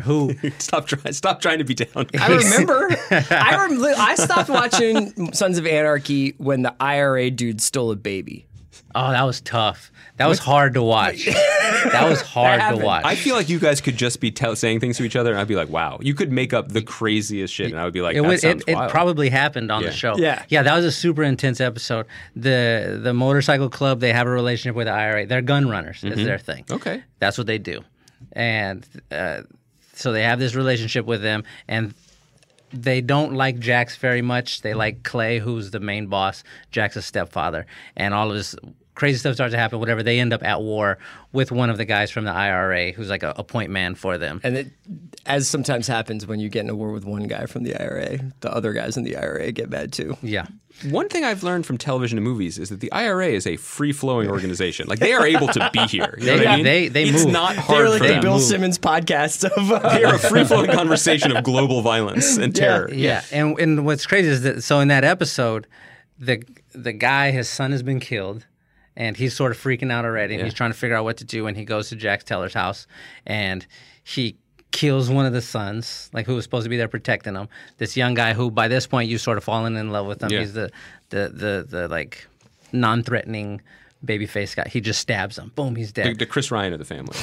[SPEAKER 5] who
[SPEAKER 4] Stop trying stop trying to be down.
[SPEAKER 1] I remember. I rem- I stopped watching Sons of Anarchy when the IRA dude stole a baby.
[SPEAKER 5] Oh, that was tough. That was hard to watch. that was hard to
[SPEAKER 1] happened.
[SPEAKER 5] watch.
[SPEAKER 4] I feel like you guys could just be tell, saying things to each other, and I'd be like, "Wow, you could make up the craziest shit," and I would be like,
[SPEAKER 5] it,
[SPEAKER 4] "That
[SPEAKER 5] was, it,
[SPEAKER 4] sounds
[SPEAKER 5] it
[SPEAKER 4] wild."
[SPEAKER 5] probably happened on
[SPEAKER 4] Yeah.
[SPEAKER 5] the show.
[SPEAKER 1] Yeah.
[SPEAKER 5] yeah, that was a super intense episode. the The motorcycle club they have a relationship with the IRA. They're gun runners. It's their thing.
[SPEAKER 4] Mm-hmm. Okay.
[SPEAKER 5] that's what they do, and uh, so they have this relationship with them, and they don't like Jax very much. They like Clay, who's the main boss, Jax's stepfather, and all of this crazy stuff starts to happen. Whatever, they end up at war with one of the guys from the IRA, who's like a, a point man for them.
[SPEAKER 1] And it, as sometimes happens when you get in a war with one guy from the IRA, the other guys in the IRA get mad too.
[SPEAKER 5] Yeah.
[SPEAKER 4] One thing I've learned from television and movies is that the IRA is a free flowing organization. Like they are able to be here. You know what I
[SPEAKER 5] They-
[SPEAKER 4] mean?
[SPEAKER 5] they- they
[SPEAKER 4] it's
[SPEAKER 5] move.
[SPEAKER 4] not
[SPEAKER 1] They're
[SPEAKER 4] hard
[SPEAKER 1] like
[SPEAKER 4] for
[SPEAKER 1] the
[SPEAKER 4] them.
[SPEAKER 1] Bill Simmons podcast of.
[SPEAKER 4] They
[SPEAKER 1] Uh,
[SPEAKER 4] are a free flowing conversation of global violence and terror.
[SPEAKER 5] Yeah, and and what's crazy is that so in that episode, the the guy his son has been killed, and he's sort of freaking out already, and he's trying to figure out what to do. And he goes to Jack Teller's house, and he kills one of the sons, like who was supposed to be there protecting him. This young guy who, by this point, you've sort of fallen in love with him.
[SPEAKER 4] Yeah.
[SPEAKER 5] He's the the the the like non-threatening baby face guy. He just stabs him. Boom, he's dead.
[SPEAKER 4] The, the Chris Ryan of the family.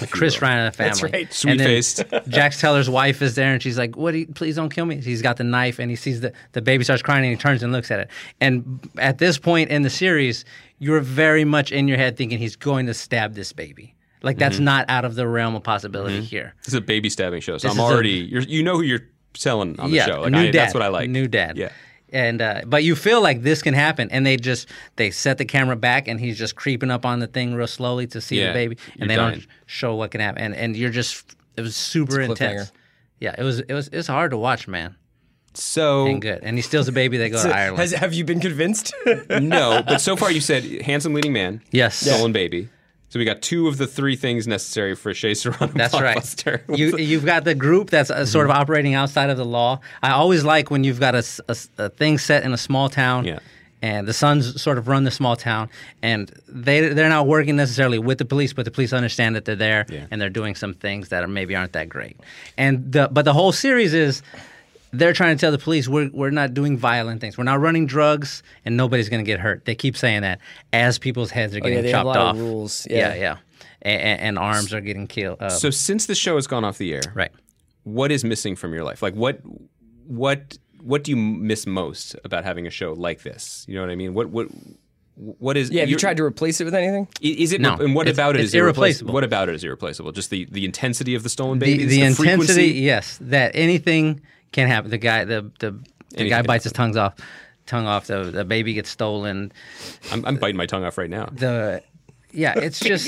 [SPEAKER 5] The Chris Ryan of the family.
[SPEAKER 1] right.
[SPEAKER 5] And then
[SPEAKER 4] Sweet-faced.
[SPEAKER 5] Jax Teller's wife is there, and she's like, "What? Do you, please don't kill me." He's got the knife, and he sees the the baby starts crying, and he turns and looks at it. And at this point in the series, you're very much in your head thinking he's going to stab this baby. Like that's not out of the realm of possibility here.
[SPEAKER 4] This is a baby stabbing show. So
[SPEAKER 5] This
[SPEAKER 4] I'm
[SPEAKER 5] is a-
[SPEAKER 4] already, you're, you know who you're selling on the show. Like,
[SPEAKER 5] new
[SPEAKER 4] I,
[SPEAKER 5] dad.
[SPEAKER 4] That's what I like.
[SPEAKER 5] New dad.
[SPEAKER 4] Yeah.
[SPEAKER 5] And uh, but you feel like this can happen, and they just they set the camera back, and he's just creeping up on the thing real slowly to see
[SPEAKER 4] Yeah,
[SPEAKER 5] the baby,
[SPEAKER 4] you're
[SPEAKER 5] and they
[SPEAKER 4] dying.
[SPEAKER 5] don't show what can happen, and and you're just it was super
[SPEAKER 1] It's a cliffhanger.
[SPEAKER 5] intense. Yeah, it was it was it's hard to watch, man,
[SPEAKER 4] So,
[SPEAKER 5] and good. And he steals a baby. They go to Ireland.
[SPEAKER 1] has, have you been convinced?
[SPEAKER 4] no, but so far you said handsome leading man,
[SPEAKER 5] yes.
[SPEAKER 4] stolen baby, So we got two of the three things necessary for a Shea Serrano
[SPEAKER 5] That's
[SPEAKER 4] blockbuster.
[SPEAKER 5] right. You, you've got the group that's uh, sort of
[SPEAKER 1] Mm-hmm.
[SPEAKER 5] operating outside of the law. I always like when you've got a, s- a s- a thing set in a small town.
[SPEAKER 4] Yeah.
[SPEAKER 5] And the Suns sort of run the small town, and they they're not working necessarily with the police, but the police understand that they're there,
[SPEAKER 4] Yeah.
[SPEAKER 5] and they're doing some things that are maybe aren't that great. And the but the whole series is they're trying to tell the police we're we're not doing violent things, we're not running drugs, and nobody's going to get hurt. They keep saying that as people's heads are
[SPEAKER 1] Oh, yeah,
[SPEAKER 5] getting
[SPEAKER 1] they have
[SPEAKER 5] chopped
[SPEAKER 1] a lot
[SPEAKER 5] off.
[SPEAKER 1] of rules. Yeah.
[SPEAKER 5] Yeah, yeah, A- a- and, arms are getting killed. Uh,
[SPEAKER 4] so since the show has gone off the air,
[SPEAKER 5] right.
[SPEAKER 4] what is missing from your life? Like what what what do you miss most about having a show like this? You know what I mean? What what what is
[SPEAKER 1] Yeah, have you
[SPEAKER 4] you're-
[SPEAKER 1] tried to replace it with anything?
[SPEAKER 4] i- is it
[SPEAKER 5] No,
[SPEAKER 4] and what
[SPEAKER 5] it's-
[SPEAKER 4] about it
[SPEAKER 5] it's
[SPEAKER 4] is irreplaceable?
[SPEAKER 5] irreplaceable.
[SPEAKER 4] What about it is irreplaceable? Just the the intensity of the stolen
[SPEAKER 5] The,
[SPEAKER 4] babies,
[SPEAKER 5] the intensity,
[SPEAKER 4] frequency?
[SPEAKER 5] yes, that anything can happen. The guy, the the, the guy
[SPEAKER 4] can
[SPEAKER 5] bites his tongues off, tongue off. The the baby gets stolen.
[SPEAKER 4] I'm, I'm biting my tongue off right now.
[SPEAKER 5] The yeah, it's just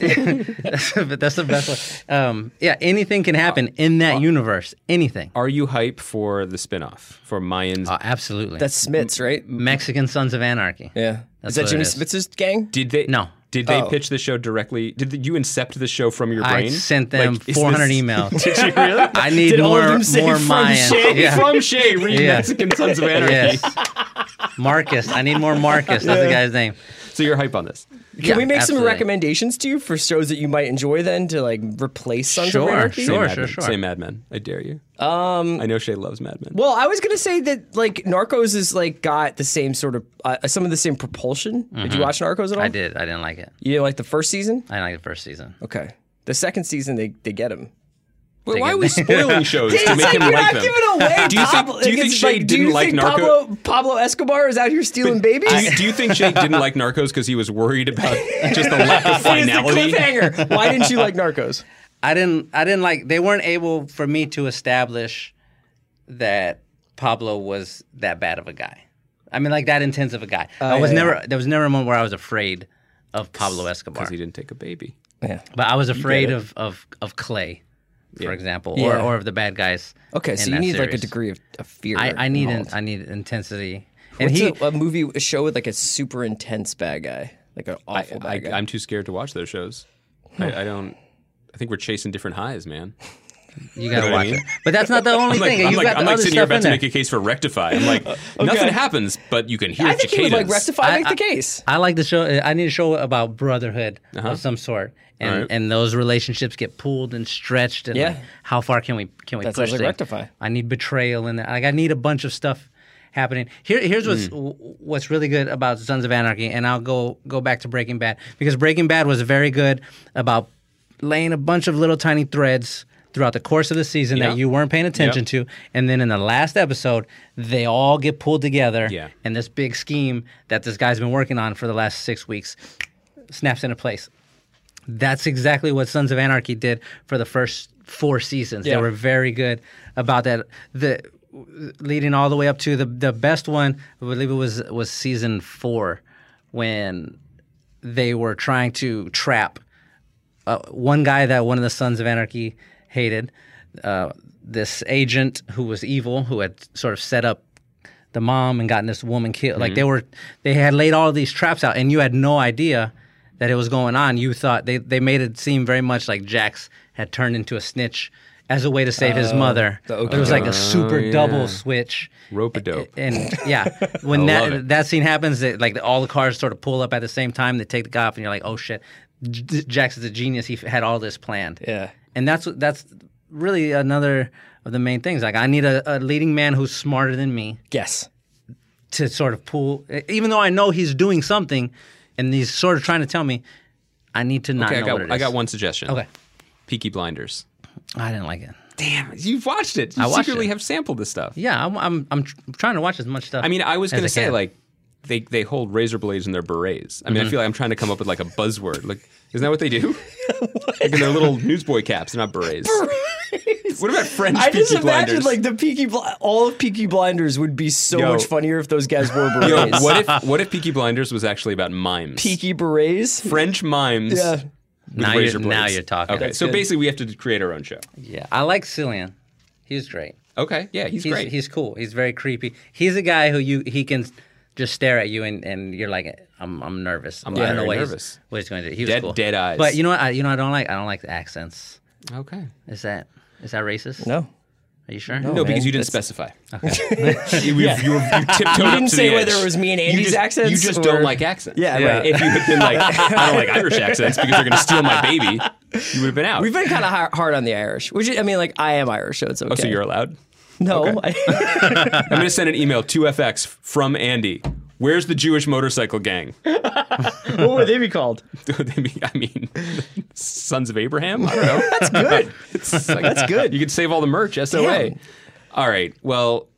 [SPEAKER 5] that's, the- that's the best one. Um, yeah, anything can happen in that universe. Anything.
[SPEAKER 4] Are you hype for the spinoff for Mayans?
[SPEAKER 5] Uh, absolutely.
[SPEAKER 1] That's Smits, right?
[SPEAKER 5] Mexican Sons of Anarchy.
[SPEAKER 1] Yeah.
[SPEAKER 5] Mm. That's
[SPEAKER 1] is that
[SPEAKER 5] what it
[SPEAKER 1] Jimmy
[SPEAKER 5] is.
[SPEAKER 1] Smits's gang?
[SPEAKER 4] did they
[SPEAKER 5] no.
[SPEAKER 4] Did they
[SPEAKER 1] Oh.
[SPEAKER 4] pitch the show directly? Did you incept the show from your
[SPEAKER 5] I
[SPEAKER 4] brain?
[SPEAKER 5] sent them
[SPEAKER 4] Like, is
[SPEAKER 5] 400
[SPEAKER 4] this-
[SPEAKER 5] emails.
[SPEAKER 4] Did you really?
[SPEAKER 5] I need
[SPEAKER 1] Did all
[SPEAKER 5] more
[SPEAKER 1] of them say
[SPEAKER 5] more
[SPEAKER 1] from
[SPEAKER 5] Mayans.
[SPEAKER 1] Shane?
[SPEAKER 5] Yeah.
[SPEAKER 4] From Shay, read
[SPEAKER 5] Yeah.
[SPEAKER 4] Mexican Sons of Anarchy.
[SPEAKER 5] Yes. Marcus. I need more Marcus. That's the guy's name.
[SPEAKER 4] So you're hype on this.
[SPEAKER 1] Can we make some recommendations to you for shows that you might enjoy then to like replace Sons of
[SPEAKER 5] Sure,
[SPEAKER 1] Anarchy?
[SPEAKER 5] sure.
[SPEAKER 4] Say Mad Men. Say Mad Men. I dare you. Um, I know Shay loves Mad Men.
[SPEAKER 1] Well, I was gonna say that like Narcos is like got the same sort of uh, some of the same propulsion. Did you watch Narcos at all?
[SPEAKER 5] Mm-hmm. I did. I didn't like it.
[SPEAKER 1] You didn't like the first season?
[SPEAKER 5] I didn't like the first season.
[SPEAKER 1] Okay. The second season they, they get him.
[SPEAKER 4] Wait, why are we spoiling shows
[SPEAKER 1] It's
[SPEAKER 4] to make
[SPEAKER 1] like
[SPEAKER 4] him
[SPEAKER 1] you're not
[SPEAKER 4] like them?
[SPEAKER 1] giving away.
[SPEAKER 4] Do you think-
[SPEAKER 1] Pablo-
[SPEAKER 4] do you
[SPEAKER 1] like,
[SPEAKER 4] think
[SPEAKER 1] it's
[SPEAKER 4] Shea
[SPEAKER 1] like, do
[SPEAKER 4] didn't
[SPEAKER 1] you
[SPEAKER 4] like
[SPEAKER 1] think
[SPEAKER 4] Narco-
[SPEAKER 1] Pablo, Pablo Escobar is out here stealing babies?
[SPEAKER 4] Do you, do you think Shay didn't like Narcos because he was worried about just the lack of
[SPEAKER 1] It is the
[SPEAKER 4] finality?
[SPEAKER 1] cliffhanger. Why didn't you like Narcos?
[SPEAKER 5] I didn't. I didn't like. They weren't able for me to establish that Pablo was that bad of a guy. I mean, like that intense of a guy. I was
[SPEAKER 1] Uh, yeah,
[SPEAKER 5] never. There was never a moment where I was afraid of Pablo Escobar.
[SPEAKER 4] Because he didn't take a baby.
[SPEAKER 1] Yeah.
[SPEAKER 5] But I was afraid of of of Clay, for
[SPEAKER 4] Yeah.
[SPEAKER 5] example, or
[SPEAKER 1] Yeah.
[SPEAKER 5] or of the bad guys.
[SPEAKER 1] Okay,
[SPEAKER 5] in
[SPEAKER 1] so you
[SPEAKER 5] that
[SPEAKER 1] need like a
[SPEAKER 5] series.
[SPEAKER 1] degree of, of fear.
[SPEAKER 5] I, I need. An,
[SPEAKER 1] involved.
[SPEAKER 5] I need intensity. And
[SPEAKER 1] What's
[SPEAKER 5] he.
[SPEAKER 1] a, a movie, a show with like a super intense bad guy, like an awful
[SPEAKER 4] I,
[SPEAKER 1] bad guy.
[SPEAKER 4] I'm too scared to watch those shows. I, I don't. I think we're chasing different highs, man.
[SPEAKER 5] You gotta
[SPEAKER 4] know what I
[SPEAKER 5] watch
[SPEAKER 4] mean?
[SPEAKER 5] it. But that's not the only
[SPEAKER 4] I'm like,
[SPEAKER 5] thing.
[SPEAKER 4] I'm
[SPEAKER 5] You've
[SPEAKER 4] like,
[SPEAKER 5] got
[SPEAKER 4] I'm
[SPEAKER 5] the
[SPEAKER 4] like
[SPEAKER 5] other
[SPEAKER 4] sitting here
[SPEAKER 5] stuff
[SPEAKER 4] about
[SPEAKER 5] in
[SPEAKER 4] to
[SPEAKER 5] there.
[SPEAKER 4] make a case for Rectify. I'm like, nothing happens, but you can hear
[SPEAKER 1] I think he would
[SPEAKER 4] cicadas.
[SPEAKER 1] like rectify,
[SPEAKER 5] I-
[SPEAKER 1] make
[SPEAKER 5] I-
[SPEAKER 1] the case.
[SPEAKER 5] I like the show. uh, I need a show about brotherhood
[SPEAKER 1] Uh-huh.
[SPEAKER 5] of some sort, and
[SPEAKER 4] Alright.
[SPEAKER 5] and those relationships get pulled and stretched. And
[SPEAKER 1] Yeah.
[SPEAKER 5] like, how far can we can we
[SPEAKER 1] That
[SPEAKER 5] push
[SPEAKER 1] sounds like
[SPEAKER 5] things?
[SPEAKER 1] Rectify.
[SPEAKER 5] I need betrayal and like I need a bunch of stuff happening. Here here's what's
[SPEAKER 1] Mm.
[SPEAKER 5] w- what's really good about Sons of Anarchy, and I'll go go back to Breaking Bad because Breaking Bad was very good about laying a bunch of little tiny threads. Throughout the course of the season
[SPEAKER 4] Yeah.
[SPEAKER 5] that you weren't paying attention to, and then in the last episode, they all get pulled together,
[SPEAKER 4] Yeah.
[SPEAKER 5] and this big scheme that this guy's been working on for the last six weeks snaps into place. That's exactly what Sons of Anarchy did for the first four seasons.
[SPEAKER 1] Yeah.
[SPEAKER 5] They were very good about that. The leading all the way up to the the best one, I believe it was was season four, when they were trying to trap uh, one guy that one of the Sons of Anarchy hated. Uh, this agent who was evil, who had sort of set up the mom and gotten this woman killed. Like
[SPEAKER 4] Mm-hmm.
[SPEAKER 5] they were, they had laid all these traps out, and you had no idea that it was going on. You thought they they made it seem very much like Jax had turned into a snitch as a way to save his mother.
[SPEAKER 1] the okey
[SPEAKER 5] It was like a
[SPEAKER 1] doke.
[SPEAKER 5] super
[SPEAKER 4] Oh, yeah.
[SPEAKER 5] double switch.
[SPEAKER 4] Rope-a-dope.
[SPEAKER 5] And yeah, when
[SPEAKER 4] love
[SPEAKER 5] that
[SPEAKER 4] it.
[SPEAKER 5] that scene happens, it, like all the cars sort of pull up at the same time. They take the guy off, and you're like, oh shit, J- Jax is a genius. He f- had all this planned.
[SPEAKER 1] Yeah.
[SPEAKER 5] And that's what- that's really another of the main things. Like I need a, a leading man who's smarter than me
[SPEAKER 1] Yes.
[SPEAKER 5] to sort of pull, e, even though I know he's doing something, and he's sort of trying to tell me, I need to not
[SPEAKER 4] Okay, I
[SPEAKER 5] know what it
[SPEAKER 4] got,
[SPEAKER 5] is.
[SPEAKER 4] I got one suggestion.
[SPEAKER 5] Okay,
[SPEAKER 4] Peaky Blinders.
[SPEAKER 5] I didn't like it.
[SPEAKER 4] Damn, you've watched it. You
[SPEAKER 5] I watched
[SPEAKER 4] secretly
[SPEAKER 5] it.
[SPEAKER 4] have sampled this stuff.
[SPEAKER 5] Yeah, I'm I'm, I'm tr- trying to watch as much stuff.
[SPEAKER 4] I mean, I was
[SPEAKER 5] as
[SPEAKER 4] going to say
[SPEAKER 5] can.
[SPEAKER 4] like they they hold razor blades in their berets. I mean,
[SPEAKER 5] Mm-hmm.
[SPEAKER 4] I feel like I'm trying to come up with like a buzzword. Like, isn't that what they do? like in their little newsboy caps, they're not berets. What about French
[SPEAKER 1] I just
[SPEAKER 4] Peaky
[SPEAKER 1] imagine
[SPEAKER 4] Blinders?
[SPEAKER 1] like the Peaky Bl- all of Peaky Blinders would be so
[SPEAKER 4] Yo.
[SPEAKER 1] much funnier if those guys wore
[SPEAKER 4] Yo,
[SPEAKER 1] berets.
[SPEAKER 4] what if what if Peaky Blinders was actually about mimes?
[SPEAKER 1] Peaky berets?
[SPEAKER 4] French mimes.
[SPEAKER 1] Yeah.
[SPEAKER 4] with
[SPEAKER 5] Now
[SPEAKER 4] razor
[SPEAKER 5] you're- now
[SPEAKER 4] blades.
[SPEAKER 5] you're talking.
[SPEAKER 4] Okay,
[SPEAKER 5] That's
[SPEAKER 4] so
[SPEAKER 1] good.
[SPEAKER 4] basically we have to create our own show.
[SPEAKER 5] yeah, I like Cillian. He was great.
[SPEAKER 4] Okay, yeah, he's,
[SPEAKER 5] He's
[SPEAKER 4] great.
[SPEAKER 5] he's cool. He's very creepy. He's a guy who you he can just stare at you and, and you're like, I'm I'm nervous. I'm I
[SPEAKER 4] very
[SPEAKER 5] don't know what
[SPEAKER 4] nervous.
[SPEAKER 5] he's what he's going to do. He was
[SPEAKER 4] Dead-
[SPEAKER 5] cool.
[SPEAKER 4] dead eyes.
[SPEAKER 5] But you know what? I, you know what I don't like I don't like the accents.
[SPEAKER 4] Okay.
[SPEAKER 5] Is that is that racist?
[SPEAKER 1] No.
[SPEAKER 5] Are you sure?
[SPEAKER 4] No, because
[SPEAKER 1] man,
[SPEAKER 4] you didn't specify. you, you, you, were- you tiptoed
[SPEAKER 1] You
[SPEAKER 4] up
[SPEAKER 1] didn't
[SPEAKER 4] to
[SPEAKER 1] say
[SPEAKER 4] the
[SPEAKER 1] whether
[SPEAKER 4] edge.
[SPEAKER 1] it was me and
[SPEAKER 4] You
[SPEAKER 1] Andy's
[SPEAKER 4] just-
[SPEAKER 1] accents
[SPEAKER 4] You just
[SPEAKER 1] or-
[SPEAKER 4] don't like accents.
[SPEAKER 1] Yeah, right.
[SPEAKER 4] If you had been like, I don't like Irish accents because they're going to steal my baby, you would have been out.
[SPEAKER 1] We've been kind of hard on the Irish. Which I mean, like I am Irish, so it's okay.
[SPEAKER 4] oh, so you're allowed?
[SPEAKER 1] no. I-
[SPEAKER 4] I'm going to send an email to FX from Andy. Where's the Jewish motorcycle gang?
[SPEAKER 1] what would they be called?
[SPEAKER 4] I mean, Sons of Abraham? I don't know. That's good. That's good. You could save all the merch, SOA.
[SPEAKER 1] Damn.
[SPEAKER 4] All right. Well,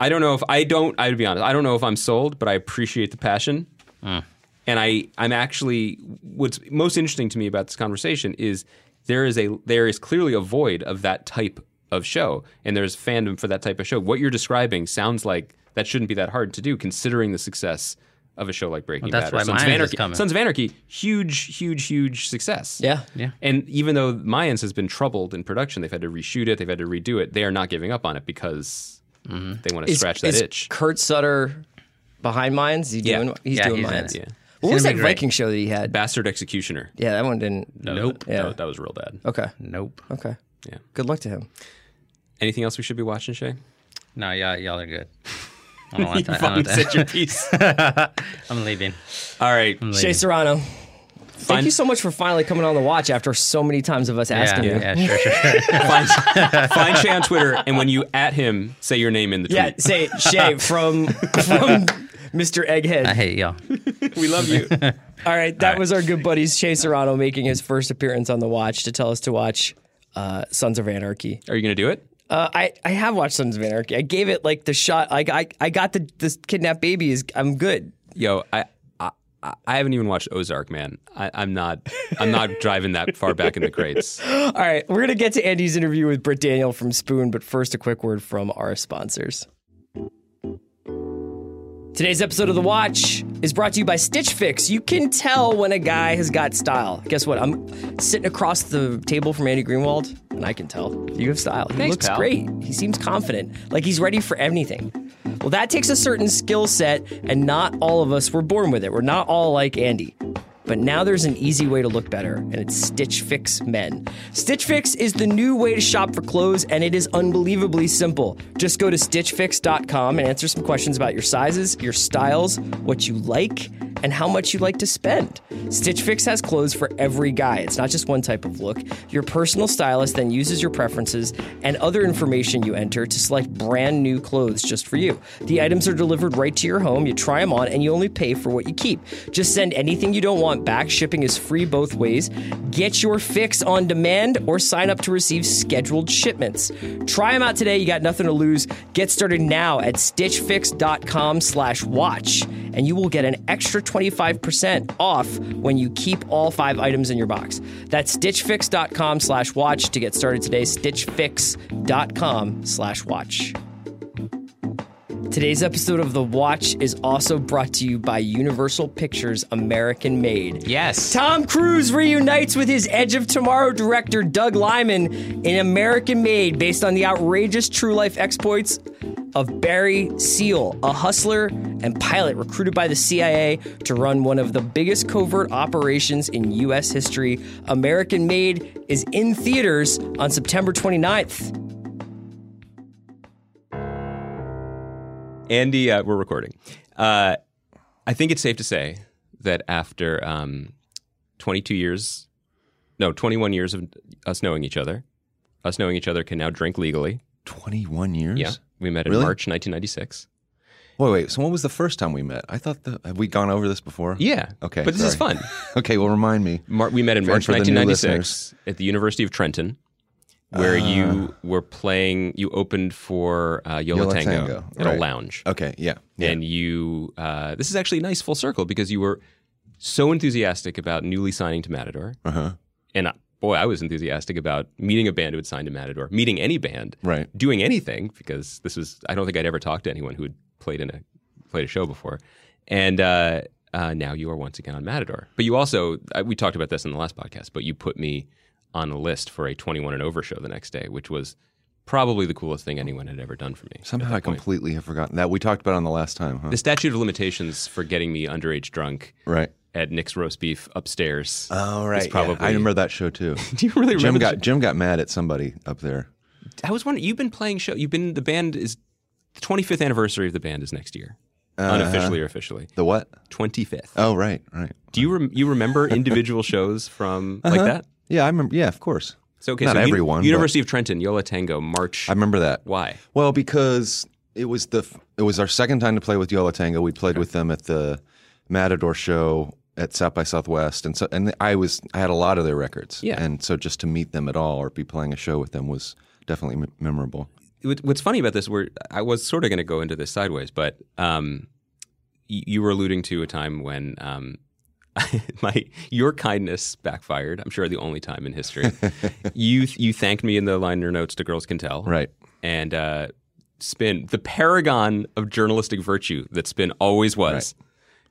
[SPEAKER 4] I don't know if I don't, I'd be honest, I don't know if I'm sold, but I appreciate the passion.
[SPEAKER 5] Mm.
[SPEAKER 4] And I, I'm actually, what's most interesting to me about this conversation is there is a, there is clearly a void of that type of show. And there's fandom for that type of show. What you're describing sounds like that shouldn't be that hard to do considering the success of a show like Breaking
[SPEAKER 5] that's
[SPEAKER 4] Bad. or
[SPEAKER 5] why
[SPEAKER 4] Sons of
[SPEAKER 5] mine is
[SPEAKER 4] Anarchy.
[SPEAKER 5] coming.
[SPEAKER 4] Sons of Anarchy, huge, huge, huge success.
[SPEAKER 1] Yeah.
[SPEAKER 5] Yeah.
[SPEAKER 4] And even though Mayans has been troubled in production, they've had to reshoot it, they've had to redo it. They are not giving up on it because they want to scratch that
[SPEAKER 1] is
[SPEAKER 4] itch.
[SPEAKER 1] Kurt Sutter behind mines. He
[SPEAKER 4] Yeah.
[SPEAKER 1] doing? He's
[SPEAKER 5] Yeah,
[SPEAKER 1] doing
[SPEAKER 5] he's in
[SPEAKER 1] mines.
[SPEAKER 5] it.
[SPEAKER 4] Yeah.
[SPEAKER 1] What was
[SPEAKER 5] gonna
[SPEAKER 1] that
[SPEAKER 5] be great.
[SPEAKER 1] Viking show that he had?
[SPEAKER 4] Bastard Executioner.
[SPEAKER 1] yeah, that one didn't.
[SPEAKER 5] Nope.
[SPEAKER 4] That-
[SPEAKER 1] Yeah.
[SPEAKER 4] That, was real bad.
[SPEAKER 1] Okay.
[SPEAKER 5] Nope.
[SPEAKER 1] Okay.
[SPEAKER 4] Yeah.
[SPEAKER 1] Good luck to him.
[SPEAKER 4] Anything else we should be watching, Shay?
[SPEAKER 5] No, y'all y'all are good. I don't want
[SPEAKER 4] You
[SPEAKER 5] to. I
[SPEAKER 4] finally
[SPEAKER 5] don't want
[SPEAKER 4] said your piece.
[SPEAKER 5] I'm leaving.
[SPEAKER 4] All right.
[SPEAKER 1] Shay Serrano. Thank
[SPEAKER 4] Fine.
[SPEAKER 1] you so much for finally coming on the watch after so many times of us
[SPEAKER 5] Yeah,
[SPEAKER 1] asking you.
[SPEAKER 5] yeah, sure, sure, sure.
[SPEAKER 4] Find, find Shay on Twitter, and when you at him, say your name in the
[SPEAKER 1] Yeah,
[SPEAKER 4] tweet.
[SPEAKER 1] say Shay from from Mr.
[SPEAKER 5] I
[SPEAKER 1] Egghead.
[SPEAKER 5] hate y'all.
[SPEAKER 4] We love you.
[SPEAKER 1] All right, that was our good buddies Shay Serrano making his first appearance on the watch to tell us to watch uh, Sons of Anarchy.
[SPEAKER 4] Are you going to do it?
[SPEAKER 1] Uh, I I have watched Sons of Anarchy. I gave it like the shot. Like I I got the this kidnapped baby is I'm good.
[SPEAKER 4] Yo, I, I, I- I haven't even watched Ozark, man. I, I'm not, I'm not driving that far back in the crates.
[SPEAKER 1] All right, we're gonna get to Andy's interview with Britt Daniel from Spoon, but first a quick word from our sponsors. Today's episode of The Watch is brought to you by Stitch Fix. You can tell when a guy has got style. Guess what? I'm sitting across the table from Andy Greenwald, and I can tell you have style. He looks
[SPEAKER 4] pal.
[SPEAKER 1] great. He seems confident, like he's ready for anything. Well, that takes a certain skill set, and not all of us were born with it. We're not all like Andy. But now there's an easy way to look better, and it's Stitch Fix Men. Stitch Fix is the new way to shop for clothes, and it is unbelievably simple. Just go to stitchfix.com and answer some questions about your sizes, your styles, what you like, and how much you like to spend. Stitch Fix has clothes for every guy. It's not just one type of look. Your personal stylist then uses your preferences and other information you enter to select brand new clothes just for you. The items are delivered right to your home. You try them on and you only pay for what you keep. Just send anything you don't want back. Shipping is free both ways. Get your fix on demand or sign up to receive scheduled shipments. Try them out today. You got nothing to lose. Get started now at stitchfix.com slash watch and you will get an extra 25% off when you keep all five items in your box. That's stitchfix.com slash watch to get started today. stitchfix.com slash watch. Today's episode of The Watch is also brought to you by Universal Pictures American Made.
[SPEAKER 4] Yes.
[SPEAKER 1] Tom Cruise reunites with his Edge of Tomorrow director Doug Lyman in American Made, based on the outrageous true life exploits of Barry Seal, a hustler and pilot recruited by the CIA to run one of the biggest covert operations in U.S. history. American Made is in theaters on September 29th.
[SPEAKER 4] Andy, uh, we're recording. Uh, I think it's safe to say that after um, 22 years, no, 21 years of us knowing each other, us knowing each other can now drink legally.
[SPEAKER 6] 21 years?
[SPEAKER 4] Yeah. We met in
[SPEAKER 6] Really?
[SPEAKER 4] March 1996.
[SPEAKER 6] Wait, wait. So when was the first time we met? I thought the have we gone over this before?
[SPEAKER 4] Yeah.
[SPEAKER 6] Okay,
[SPEAKER 4] But this is
[SPEAKER 6] sorry.
[SPEAKER 4] fun.
[SPEAKER 6] Okay. Well, remind me.
[SPEAKER 4] Mar- we met in
[SPEAKER 6] For-
[SPEAKER 4] March
[SPEAKER 6] for the new
[SPEAKER 4] 1996 at the University of Trenton, where
[SPEAKER 6] Ah.
[SPEAKER 4] you were playing, you opened for uh, Yola,
[SPEAKER 6] Yola
[SPEAKER 4] Tango,
[SPEAKER 6] Tango,
[SPEAKER 4] at a
[SPEAKER 6] right.
[SPEAKER 4] lounge.
[SPEAKER 6] Okay. Yeah. Yeah.
[SPEAKER 4] and you uh, this is actually a nice full circle because you were so enthusiastic about newly signing to matador
[SPEAKER 6] Uh-huh.
[SPEAKER 4] and uh, boy i was enthusiastic about meeting a band who had signed to matador meeting any band
[SPEAKER 6] Right.
[SPEAKER 4] doing anything because this was i don't think i'd ever talked to anyone who had played in a played a show before and uh, uh, now you are once again on matador but you also I, we talked about this in the last podcast but you put me on a list for a 21 and over show the next day which was probably the coolest thing anyone had ever done for me.
[SPEAKER 6] Somehow I completely have forgotten that. We talked about it on the last time, huh?
[SPEAKER 4] The statute of limitations for getting me underage drunk
[SPEAKER 6] right.
[SPEAKER 4] at Nick's roast beef upstairs.
[SPEAKER 6] Oh,
[SPEAKER 4] is
[SPEAKER 6] right. yeah.
[SPEAKER 4] probably.
[SPEAKER 6] I remember that show too.
[SPEAKER 4] Do you really
[SPEAKER 6] Jim
[SPEAKER 4] remember?
[SPEAKER 6] got Jim got mad at somebody up there.
[SPEAKER 4] I was wondering. You've been playing show. You've been the band is the 25th anniversary of the band is next year,
[SPEAKER 6] Uh-huh.
[SPEAKER 4] unofficially or officially.
[SPEAKER 6] The what?
[SPEAKER 4] 25th.
[SPEAKER 6] Oh, right, right.
[SPEAKER 4] Do you rem- you remember individual shows from like that?
[SPEAKER 6] Yeah, I remember. Yeah, of course.
[SPEAKER 4] So okay,
[SPEAKER 6] Uh-huh. Not
[SPEAKER 4] so Uni-
[SPEAKER 6] everyone, but-
[SPEAKER 4] University of Trenton, Yola Tango, March.
[SPEAKER 6] I remember that.
[SPEAKER 4] Why?
[SPEAKER 6] Well, because it was the f- it was our second time to play with Yola Tango. We played with them at the Matador show at South by Southwest, and so and I was I had a lot of their records.
[SPEAKER 4] Yeah.
[SPEAKER 6] and so just to meet them at all or be playing a show with them was definitely m- memorable.
[SPEAKER 4] What- What's funny about this? Where I was sort of going to go into this sideways, but um, y- you were alluding to a time when um, my your kindness backfired. I'm sure the only time in history. you you thanked me in the liner notes to Girls Can Tell,
[SPEAKER 6] Right.
[SPEAKER 4] And uh, Spin, the paragon of journalistic virtue that Spin always was,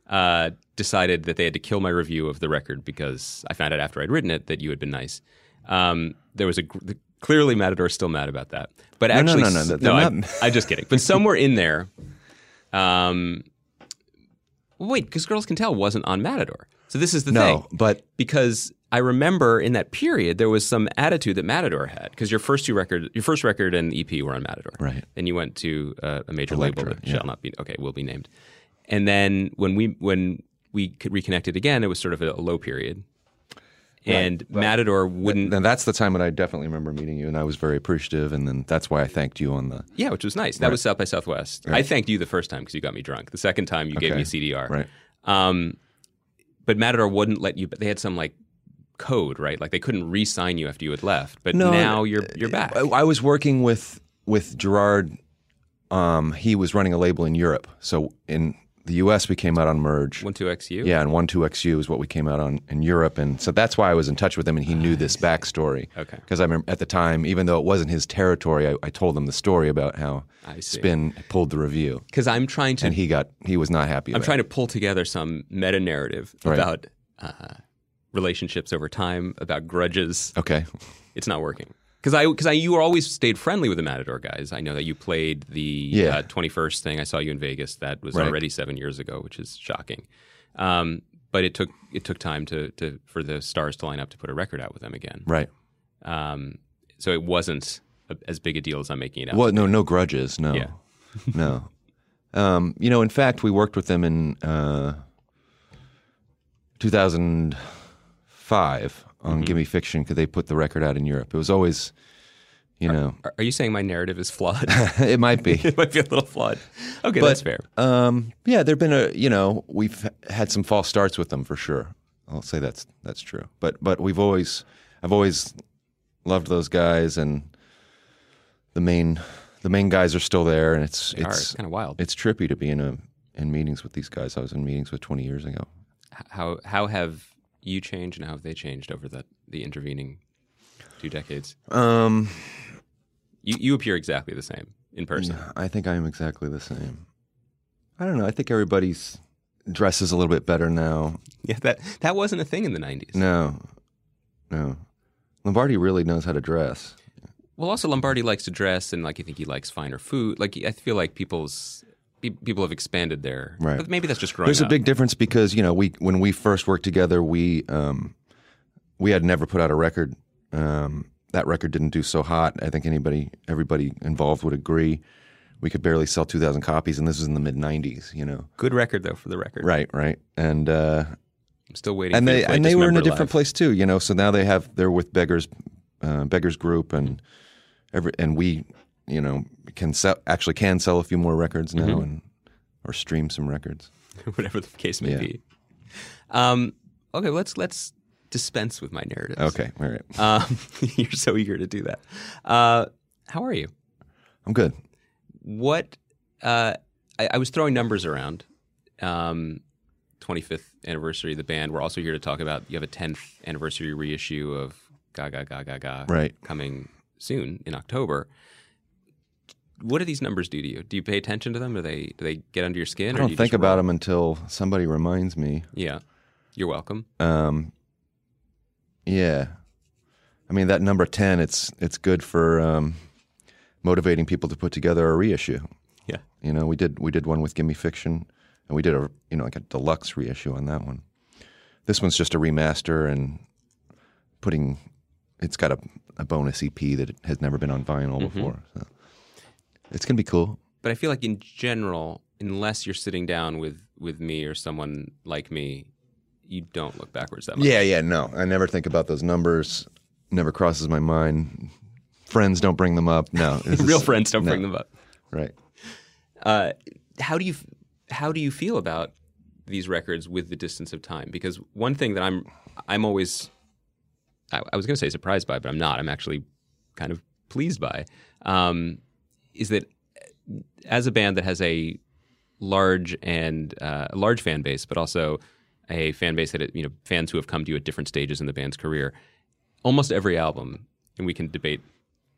[SPEAKER 4] uh, decided that they had to kill my review of the record because I found out after I'd written it that you had been nice. Um, there was a gr- clearly Matador's still mad about that, but
[SPEAKER 6] no,
[SPEAKER 4] actually,
[SPEAKER 6] no, no,
[SPEAKER 4] s-
[SPEAKER 6] they're
[SPEAKER 4] I-
[SPEAKER 6] not-
[SPEAKER 4] I'm just kidding. But somewhere in there, um, wait, because Girls Can Tell wasn't on Matador. So this is the
[SPEAKER 6] No,
[SPEAKER 4] thing.
[SPEAKER 6] but-
[SPEAKER 4] because I remember in that period there was some attitude that Matador had because your first two record, your first record and EP were on Matador,
[SPEAKER 6] Right.
[SPEAKER 4] Then you went to uh, a major label
[SPEAKER 6] Elektra,
[SPEAKER 4] that
[SPEAKER 6] yeah.
[SPEAKER 4] shall not be okay, will be named. And then when we when we could reconnected again, it was sort of a, low period, and Matador wouldn't.
[SPEAKER 6] And that's the time when I definitely remember meeting you, and I was very appreciative, and then that's why I thanked you on the
[SPEAKER 4] Yeah, which was nice. That was South by Southwest. I thanked you the first time because you got me drunk. The second time you gave me
[SPEAKER 6] Okay.
[SPEAKER 4] a CDR.
[SPEAKER 6] right.
[SPEAKER 4] Um, but Matador wouldn't let you. But they had some like code, right? Like they couldn't re-sign you after you had left. But
[SPEAKER 6] No, uh,
[SPEAKER 4] now you're you're back.
[SPEAKER 6] I, I was working with with Gerard. Um, he was running a label in Europe, so in the U.S. we came out on Merge.
[SPEAKER 4] One two XU.
[SPEAKER 6] Yeah, and one two XU is what we came out on in Europe, and so that's why I was in touch with him, and he knew this backstory.
[SPEAKER 4] Ah, Okay.
[SPEAKER 6] because I remember at the time, even though it wasn't his territory, I, I told him the story about how
[SPEAKER 4] I see.
[SPEAKER 6] Spin pulled the review,
[SPEAKER 4] Because I'm trying to
[SPEAKER 6] and he got he was not happy.
[SPEAKER 4] I'm
[SPEAKER 6] about
[SPEAKER 4] trying to pull together some meta narrative
[SPEAKER 6] Right.
[SPEAKER 4] about uh, relationships over time, about grudges.
[SPEAKER 6] it. Okay,
[SPEAKER 4] It's not working. Because I, because I, you were always stayed friendly with the Matador guys. I know that you played the
[SPEAKER 6] Yeah.
[SPEAKER 4] uh, 21st thing. I saw you in Vegas. That was
[SPEAKER 6] Right.
[SPEAKER 4] already seven years ago, which is shocking. Um, but it took it took time to, to for the stars to line up to put a record out with them again.
[SPEAKER 6] right.
[SPEAKER 4] Um, so it wasn't a, as big a deal as I'm making it out.
[SPEAKER 6] Well, no, no grudges. No,
[SPEAKER 4] Yeah.
[SPEAKER 6] no. Um, you know, in fact, we worked with them in uh, 2005 on
[SPEAKER 4] Mm-hmm.
[SPEAKER 6] Gimme Fiction because they put the record out in Europe. It was always, you know,
[SPEAKER 4] Are, are you saying my narrative is flawed?
[SPEAKER 6] it might be.
[SPEAKER 4] it might be a little flawed. Okay, that's fair.
[SPEAKER 6] Um, yeah, there've been a you know we've had some false starts with them for sure. I'll say that's that's true. But but we've always I've always loved those guys and the main the main guys are still there and it's
[SPEAKER 4] are.
[SPEAKER 6] it's
[SPEAKER 4] It's kinda wild.
[SPEAKER 6] It's trippy to be in a in meetings with these guys. I was in meetings with 20 years ago.
[SPEAKER 4] how how have you changed and how have they changed over the, the intervening two decades?
[SPEAKER 6] Um,
[SPEAKER 4] You you appear exactly the same in person.
[SPEAKER 6] I think I am exactly the same. I don't know. I think everybody's dresses a little bit better now.
[SPEAKER 4] Yeah, that that wasn't a thing in the nineties.
[SPEAKER 6] No, no. Lombardi really knows how to dress.
[SPEAKER 4] Well, also Lombardi likes to dress and like I think he likes finer food. Like I feel like people's pe- people have expanded their
[SPEAKER 6] Right.
[SPEAKER 4] But maybe that's just growing
[SPEAKER 6] There's
[SPEAKER 4] up.
[SPEAKER 6] a big difference because you know we when we first worked together, we um, we had never put out a record. Um, that record didn't do so hot. I think anybody, everybody involved would agree. We could barely sell 2,000 copies, and this was in the mid 90s. You know,
[SPEAKER 4] good record though for the record.
[SPEAKER 6] right, right, and uh,
[SPEAKER 4] I'm still waiting.
[SPEAKER 6] and
[SPEAKER 4] for you
[SPEAKER 6] they
[SPEAKER 4] to play
[SPEAKER 6] and they were in a
[SPEAKER 4] Dismember
[SPEAKER 6] different
[SPEAKER 4] Live.
[SPEAKER 6] place too. You know, so now they have they're with beggars, uh, beggars group, and every and we, you know, can sell actually can sell a few more records now and or stream some records.
[SPEAKER 4] whatever the case may
[SPEAKER 6] Yeah.
[SPEAKER 4] be. Um, okay, let's let's dispense with my narrative.
[SPEAKER 6] Okay, all right,
[SPEAKER 4] Um, you're so eager to do that. Uh, how are you?
[SPEAKER 6] I'm good.
[SPEAKER 4] what uh, I, I was throwing numbers around. Um, 25th anniversary of the band. We're also here to talk about you have a 10th anniversary reissue of Ga Ga Ga Ga Ga
[SPEAKER 6] Right.
[SPEAKER 4] coming soon in October. What do these numbers do to you? Do you pay attention to them? Do they do they get under your skin?
[SPEAKER 6] I
[SPEAKER 4] or do
[SPEAKER 6] don't
[SPEAKER 4] you
[SPEAKER 6] think
[SPEAKER 4] just
[SPEAKER 6] about
[SPEAKER 4] roll?
[SPEAKER 6] them until somebody reminds me.
[SPEAKER 4] Yeah, you're welcome.
[SPEAKER 6] Um, yeah, I mean that number ten. It's it's good for um, motivating people to put together a reissue.
[SPEAKER 4] Yeah.
[SPEAKER 6] You know, we did we did one with Gimme Fiction, and we did a you know like a deluxe reissue on that one. This one's just a remaster and putting. It's got a, a bonus EP that has never been on vinyl before. So it's gonna be cool.
[SPEAKER 4] But I feel like in general, unless you're sitting down with with me or someone like me, you don't look backwards that much.
[SPEAKER 6] Yeah, yeah, no. I never think about those numbers. Never crosses my mind. Friends don't bring them up. No, this
[SPEAKER 4] Real
[SPEAKER 6] is-
[SPEAKER 4] friends don't
[SPEAKER 6] no.
[SPEAKER 4] bring them up.
[SPEAKER 6] Right.
[SPEAKER 4] Uh, how do you f- how do you feel about these records with the distance of time? Because one thing that I'm I'm always I, I was going to say surprised by, but I'm not. I'm actually kind of pleased by um, is that uh, as a band that has a large and uh, a large fan base, but also a fan base that you know fans who have come to you at different stages in the band's career. Almost every album, and we can debate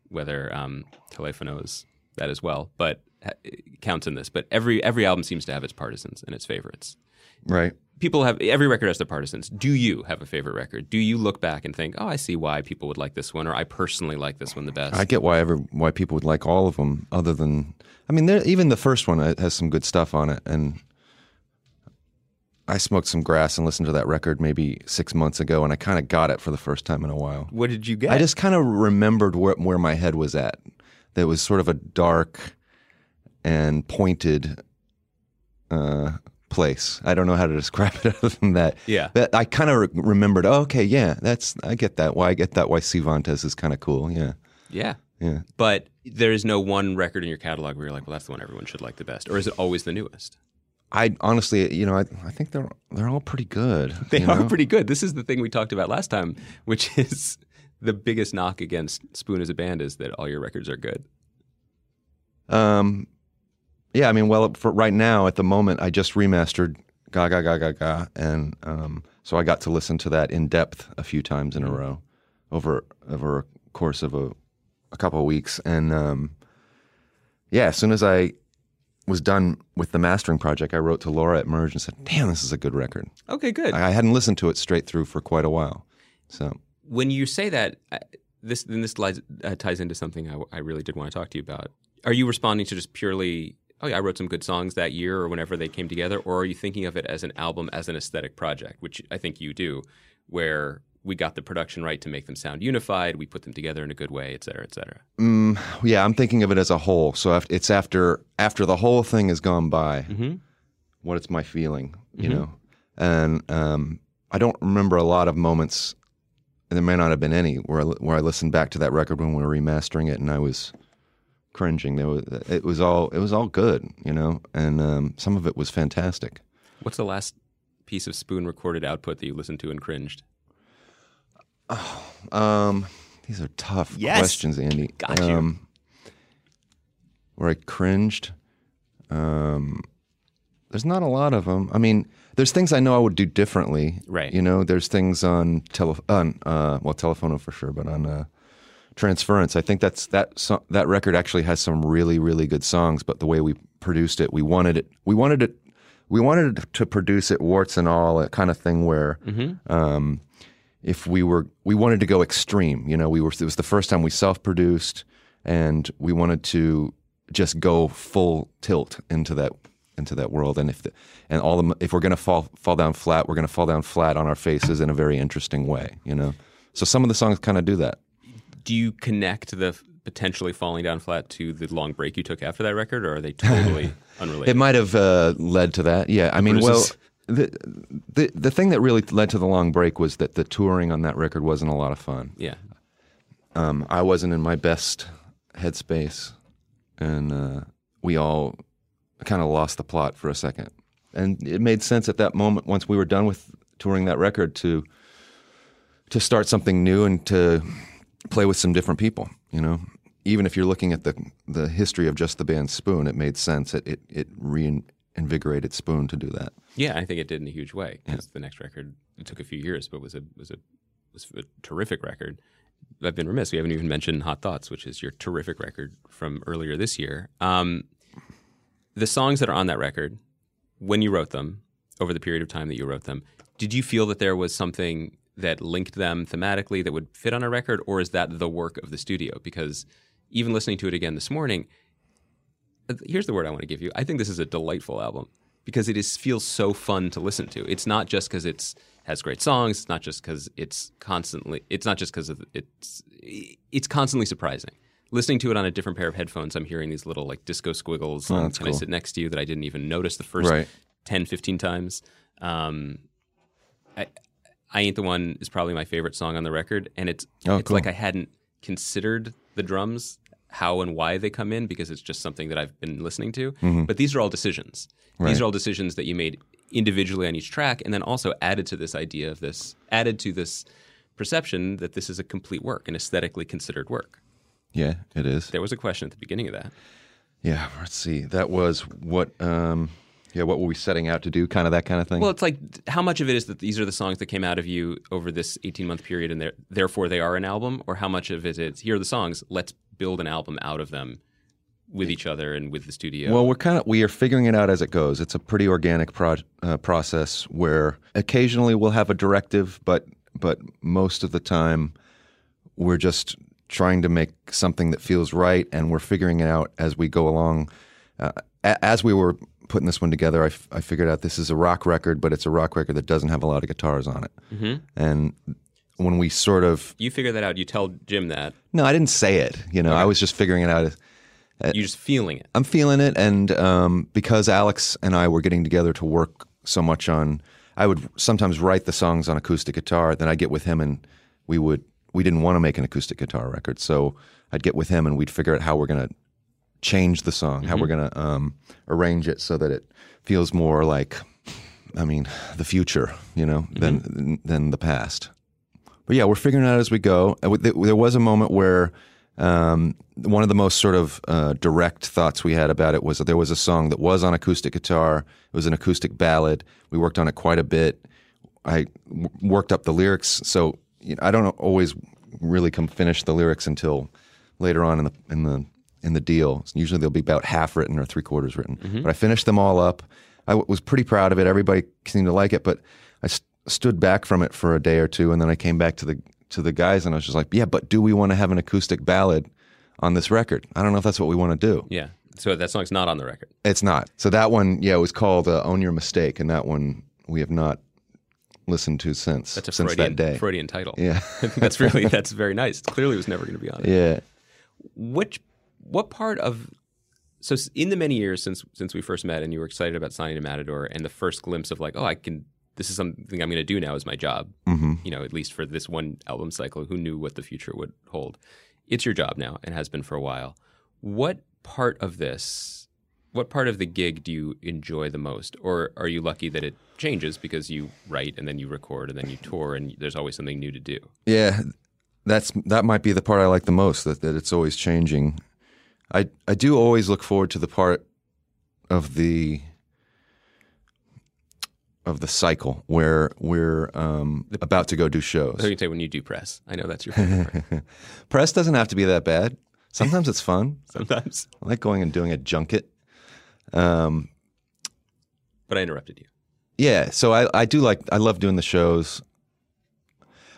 [SPEAKER 4] whether um, Telefono is that as well, but uh, it counts in this. But every every album seems to have its partisans and its favorites.
[SPEAKER 6] Right.
[SPEAKER 4] People have every record has their partisans. Do you have a favorite record? Do you look back and think, "Oh, I see why people would like this one," or "I personally like this one the best"?
[SPEAKER 6] I get why ever why people would like all of them, other than I mean, there, even the first one uh, has some good stuff on it, and I smoked some grass and listened to that record maybe six months ago, and I kind of got it for the first time in a while.
[SPEAKER 4] what did you get?
[SPEAKER 6] I just kind of remembered where where my head was at. That was sort of a dark and pointed uh, place. I don't know how to describe it other than that.
[SPEAKER 4] Yeah.
[SPEAKER 6] that I kind of re- remembered. Oh, okay, yeah, that's I get that. Why I get that. Why Sivantes is kind of cool. Yeah,
[SPEAKER 4] yeah.
[SPEAKER 6] yeah.
[SPEAKER 4] But there is no one record in your catalog where you're like, well, that's the one everyone should like the best, or is it always the newest?
[SPEAKER 6] I honestly, you know, I, I think they're they're all pretty good.
[SPEAKER 4] They
[SPEAKER 6] you
[SPEAKER 4] are
[SPEAKER 6] know?
[SPEAKER 4] pretty good. This is the thing we talked about last time, which is the biggest knock against Spoon as a band is that all your records are good.
[SPEAKER 6] Um, yeah, I mean, well, for right now at the moment, I just remastered Ga Ga Ga Ga Ga, and um, so I got to listen to that in depth a few times in a row over over a course of a a couple of weeks, and um, yeah, as soon as I was done with the mastering project, I wrote to Laura at Merge and said, "Damn, this is a good record."
[SPEAKER 4] Okay, good.
[SPEAKER 6] I hadn't listened to it straight through for quite a while, so
[SPEAKER 4] when you say that, I- this then this lies, uh, ties into something I, I really did want to talk to you about. Are you responding to just purely, oh yeah, I wrote some good songs that year or whenever they came together, or are you thinking of it as an album, as an aesthetic project, which I think you do, where we got the production right to make them sound unified, we put them together in a good way, et cetera, et cetera.
[SPEAKER 6] Mm, yeah, I'm thinking of it as a whole. So if it's after after the whole thing has gone by, what is my feeling? You know, and um, I don't remember a lot of moments. and There may not have been any where I, li- where I listened back to that record when we were remastering it, and I was cringing. There was it was all it was all good, you know, and um, some of it was fantastic.
[SPEAKER 4] What's the last piece of Spoon recorded output that you listened to and cringed?
[SPEAKER 6] Um, these are tough
[SPEAKER 1] Yes.
[SPEAKER 6] questions, Andy.
[SPEAKER 1] Got you.
[SPEAKER 6] Um, where I cringed. Um, there's not a lot of them. I mean, there's things I know I would do differently.
[SPEAKER 4] Right.
[SPEAKER 6] You know, there's things on tele on uh, well, Telefono for sure, but on uh, Transference, I think that's that so- that record actually has some really really good songs. But the way we produced it, we wanted it, we wanted it, we wanted to produce it warts and all, a kind of thing where
[SPEAKER 1] Mm-hmm.
[SPEAKER 6] if we were we wanted to go extreme you know we were it was the first time we self-produced and we wanted to just go full tilt into that into that world and if the, and all the if we're going to fall fall down flat we're going to fall down flat on our faces in a very interesting way you know so some of the songs kind of do that
[SPEAKER 4] Do you connect the f- potentially falling down flat to the long break you took after that record, or are they totally unrelated?
[SPEAKER 6] It might have uh, led to that. Yeah, I mean, well,
[SPEAKER 4] bruises.
[SPEAKER 6] the, the the thing that really led to the long break was that the touring on that record wasn't a lot of fun.
[SPEAKER 4] yeah.
[SPEAKER 6] um, I wasn't in my best headspace, and uh, we all kind of lost the plot for a second. And it made sense at that moment once we were done with touring that record to to start something new and to play with some different people. You know, even if you're looking at the the history of just the band Spoon, it made sense. It it, it reinvigorated Spoon to do that.
[SPEAKER 4] Yeah, I think it did in a huge way because the next record it took a few years, but was a was a was a terrific record. I've been remiss; we haven't even mentioned Hot Thoughts, which is your terrific record from earlier this year. Um, the songs that are on that record, when you wrote them, over the period of time that you wrote them, did you feel that there was something that linked them thematically that would fit on a record, or is that the work of the studio? Because even listening to it again this morning, uh, here's the word I want to give you. I think this is a delightful album because it is feels so fun to listen to. It's not just because it's has great songs. It's not just because it's constantly. It's not just because it's it's constantly surprising. Listening to it on a different pair of headphones, I'm hearing these little like disco squiggles. on
[SPEAKER 6] that's
[SPEAKER 4] Can I
[SPEAKER 6] cool.
[SPEAKER 4] sit next to you that I didn't even notice the first
[SPEAKER 6] Right.
[SPEAKER 4] 10, 15 times. Um, I, I ain't the one is probably my favorite song on the record, and it's
[SPEAKER 6] Oh,
[SPEAKER 4] it's
[SPEAKER 6] cool.
[SPEAKER 4] like I hadn't considered the drums, how and why they come in, because it's just something that I've been listening to.
[SPEAKER 6] Mm-hmm.
[SPEAKER 4] But these are all decisions. These are all decisions that you made individually on each track, and then also added to this idea of this, added to this perception that this is a complete work, an aesthetically considered work.
[SPEAKER 6] Yeah, it is.
[SPEAKER 4] There was a question at the beginning of that.
[SPEAKER 6] Yeah, let's see. That was what. Um, yeah, what were we setting out to do? Kind of that kind of thing.
[SPEAKER 4] Well, it's like how much of it is that these are the songs that came out of you over this 18 month period and they're- therefore they are an album, or how much of it is here are the songs, let's build an album out of them with each other and with the studio.
[SPEAKER 6] Well, we're kind of we are figuring it out as it goes. It's a pretty organic pro- uh, process where occasionally we'll have a directive, but but most of the time we're just trying to make something that feels right, and we're figuring it out as we go along. Uh, a- as we were putting this one together, I, f- I figured out this is a rock record, but it's a rock record that doesn't have a lot of guitars on it. And when we sort of
[SPEAKER 4] you figure that out. You tell Jim that.
[SPEAKER 6] no, I didn't say it. You know, I was just figuring it out. Uh,
[SPEAKER 4] You're just feeling it.
[SPEAKER 6] I'm feeling it, and um, because Alex and I were getting together to work so much on, I would sometimes write the songs on acoustic guitar. Then I'd get with him, and we would we didn't want to make an acoustic guitar record, so I'd get with him, and we'd figure out how we're gonna change the song, how we're gonna um, arrange it so that it feels more like, I mean, the future, you know, than than the past. But yeah, we're figuring it out as we go. Uh, with- There was a moment where um, one of the most sort of uh, direct thoughts we had about it was that there was a song that was on acoustic guitar. It was an acoustic ballad. We worked on it quite a bit. I w- worked up the lyrics, so you know, I don't always really come finish the lyrics until later on in the in the in the deal. Usually they'll be about half written or three quarters written. But I finished them all up. I w- was pretty proud of it. Everybody seemed to like it, but I st- stood back from it for a day or two, and then I came back to the to the guys, and I was just like, "Yeah, but do we want to have an acoustic ballad on this record? I don't know if that's what we want to do.
[SPEAKER 4] Yeah. So that song's not on the record.
[SPEAKER 6] It's not. So that one, yeah, it was called uh, "Own Your Mistake," and that one we have not listened to since
[SPEAKER 4] That's a
[SPEAKER 6] since
[SPEAKER 4] Freudian,
[SPEAKER 6] that day.
[SPEAKER 4] Freudian title.
[SPEAKER 6] Yeah.
[SPEAKER 4] I think that's really, that's very nice. Clearly it was never going to be on it.
[SPEAKER 6] Yeah.
[SPEAKER 4] which what part of so s- in the many years since since we first met and you were excited about signing to Matador and the first glimpse of like oh I can this is something I'm going to do now is my job you know at least for this one album cycle who knew what the future would hold it's your job now and has been for a while what part of this what part of the gig do you enjoy the most or are you lucky that it changes because you write and then you record and then you tour and there's always something new to do
[SPEAKER 6] Yeah, that's that might be the part I like the most. That, that it's always changing. I I do always look forward to the part of the of the cycle where we're um, about to go do
[SPEAKER 4] so you
[SPEAKER 6] shows.
[SPEAKER 4] can say when you do press I know that's your favorite part
[SPEAKER 6] Press doesn't have to be that bad. Sometimes it's fun.
[SPEAKER 4] sometimes
[SPEAKER 6] I like going and doing a junket.
[SPEAKER 4] but I interrupted you
[SPEAKER 6] Yeah, so I, I do like I love doing the shows,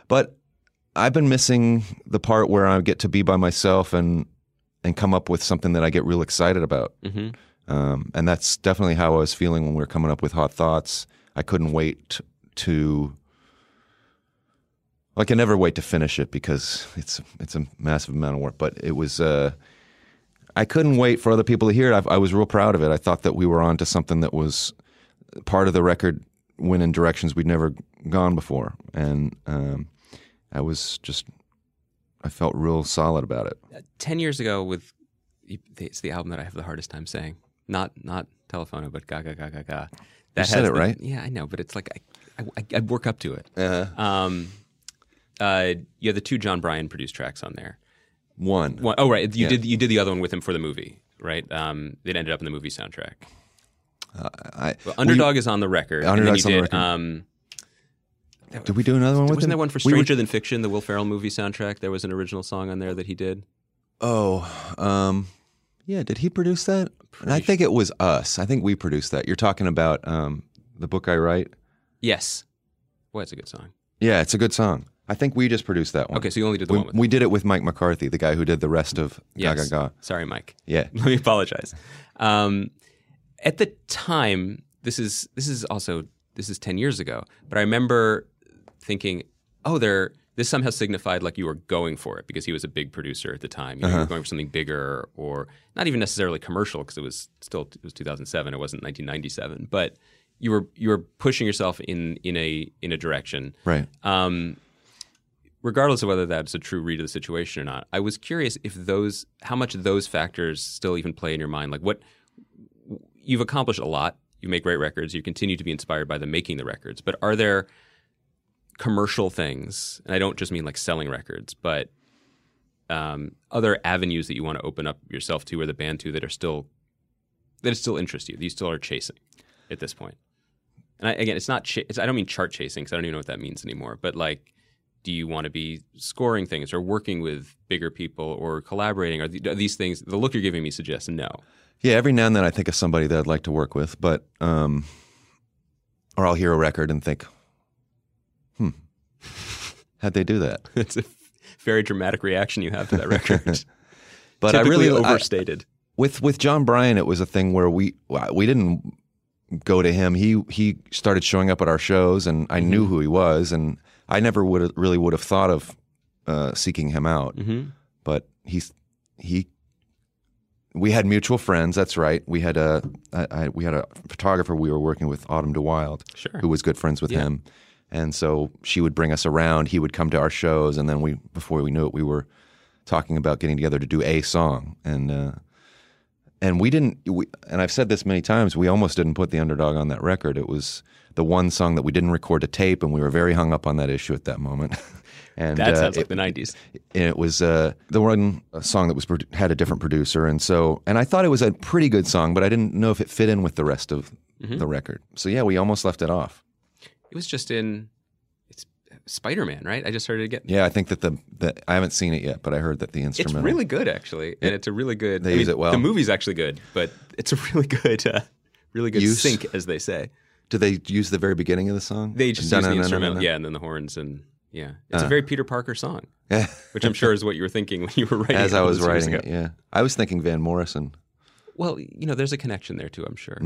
[SPEAKER 6] but I've been missing the part where I get to be by myself and and come up with something that I get real excited about. Um, and that's definitely how I was feeling when we were coming up with Hot Thoughts. I couldn't wait to like I never wait to finish it because it's it's a massive amount of work. But it was uh, I couldn't wait for other people to hear it. I, I was real proud of it. I thought that we were onto something that was part of the record went in directions we'd never gone before, and um, I was just I felt real solid about it.
[SPEAKER 4] 10 years ago with it's the album that I have the hardest time saying. Not not Telefono, but Ga Ga Ga Ga Ga. That
[SPEAKER 6] said
[SPEAKER 4] has
[SPEAKER 6] it
[SPEAKER 4] the-
[SPEAKER 6] right.
[SPEAKER 4] Yeah, I know, but it's like I, I, I work up to it. Um, uh, you had the two John Bryan produced tracks on there.
[SPEAKER 6] One,
[SPEAKER 4] One, oh right, you did you did the other one with him for the movie, right? Um, it ended up in the movie soundtrack.
[SPEAKER 6] I,
[SPEAKER 4] But Underdog is on the record. and then
[SPEAKER 6] Underdog's
[SPEAKER 4] you
[SPEAKER 6] on the
[SPEAKER 4] did,
[SPEAKER 6] record.
[SPEAKER 4] Um,
[SPEAKER 6] did we do another one with
[SPEAKER 4] wasn't
[SPEAKER 6] him?
[SPEAKER 4] that one for
[SPEAKER 6] We were-
[SPEAKER 4] Stranger Than Fiction, the Will Ferrell movie soundtrack? There was an original song on there that he did.
[SPEAKER 6] oh, um, yeah. Did he produce that? I think it was us. I think we produced that. You're talking about um, the book I write.
[SPEAKER 4] Yes, well, it's a good song.
[SPEAKER 6] Yeah, it's a good song. I I think we just produced that one.
[SPEAKER 4] Okay, so you only did the
[SPEAKER 6] we,
[SPEAKER 4] one with-
[SPEAKER 6] we did it with Mike McCarthy, the guy who did the rest of
[SPEAKER 4] Yes.
[SPEAKER 6] Gaga Ga.
[SPEAKER 4] Sorry, Mike.
[SPEAKER 6] Yeah.
[SPEAKER 4] Let me apologize. Um, at the time, this is this is also this is ten years ago, but I remember thinking, oh, there. This somehow signified like you were going for it because he was a big producer at the time. You, know, you were going for something bigger, or not even necessarily commercial because it was still it was 2007. It wasn't 1997, but you were you were pushing yourself in in a in a direction.
[SPEAKER 6] Right.
[SPEAKER 4] Um, regardless of whether that's a true read of the situation or not, I was curious if those, how much those factors still even play in your mind. Like what you've accomplished a lot, you make great records, you continue to be inspired by the making the records, but are there commercial things? And I don't just mean like selling records, but um, other avenues that you want to open up yourself to or the band to that are still that still interest you, that you still are chasing at this point. And I, again, it's not. Cha- it's, I don't mean chart chasing because I don't even know what that means anymore. But like, do you want to be scoring things or working with bigger people or collaborating? Are, the, are these things? The look you're giving me suggests no.
[SPEAKER 6] Yeah, every now and then I think of somebody that I'd like to work with, but um, or I'll hear a record and think, hmm, how'd they do that?
[SPEAKER 4] It's a very dramatic reaction you have to that record.
[SPEAKER 6] But
[SPEAKER 4] Typically
[SPEAKER 6] I really I-
[SPEAKER 4] overstated.
[SPEAKER 6] with with John Bryan, it was a thing where we uh, we didn't go to him. He he started showing up at our shows, and I knew who he was, and I never would really would have thought of uh, seeking him out. But he's he. We had mutual friends. That's right. We had a I, I, we had a photographer we were working with, Autumn DeWild,
[SPEAKER 4] Sure.
[SPEAKER 6] who was good friends with him, and so she would bring us around. He would come to our shows, and then we before we knew it, we were talking about getting together to do a song, and uh, and we didn't we, and i've said this many times we almost didn't put the underdog on that record it was the one song that we didn't record to tape and we were very hung up on that issue at that moment and
[SPEAKER 4] That
[SPEAKER 6] uh,
[SPEAKER 4] sounds like
[SPEAKER 6] it,
[SPEAKER 4] the '90s.
[SPEAKER 6] and it was uh, the one song that was produ- had a different producer and so and i thought it was a pretty good song but i didn't know if it fit in with the rest of
[SPEAKER 4] Mm-hmm.
[SPEAKER 6] the record so yeah we almost left it off
[SPEAKER 4] It was just in. It's Spider-Man, right? I just heard it again.
[SPEAKER 6] yeah i think that the, the i haven't seen it yet but i heard that the
[SPEAKER 4] It's
[SPEAKER 6] instrumental
[SPEAKER 4] really good, actually, and it's a really good.
[SPEAKER 6] They
[SPEAKER 4] I
[SPEAKER 6] use
[SPEAKER 4] mean,
[SPEAKER 6] it well.
[SPEAKER 4] The movie's actually good, but it's a really good, uh, really good
[SPEAKER 6] Use.
[SPEAKER 4] sync, as they say.
[SPEAKER 6] do they use the very beginning of the song
[SPEAKER 4] They just use the
[SPEAKER 6] Dun-dun-dun-dun-dun.
[SPEAKER 4] instrumental, yeah, and then the horns, and yeah,
[SPEAKER 6] Uh.
[SPEAKER 4] it's a very Peter Parker song, which I'm sure is what you were thinking when you were writing.
[SPEAKER 6] as
[SPEAKER 4] it
[SPEAKER 6] i
[SPEAKER 4] all
[SPEAKER 6] was
[SPEAKER 4] those years
[SPEAKER 6] writing
[SPEAKER 4] ago.
[SPEAKER 6] it yeah i was thinking van morrison
[SPEAKER 4] Well, you know, there's a connection there too. I'm sure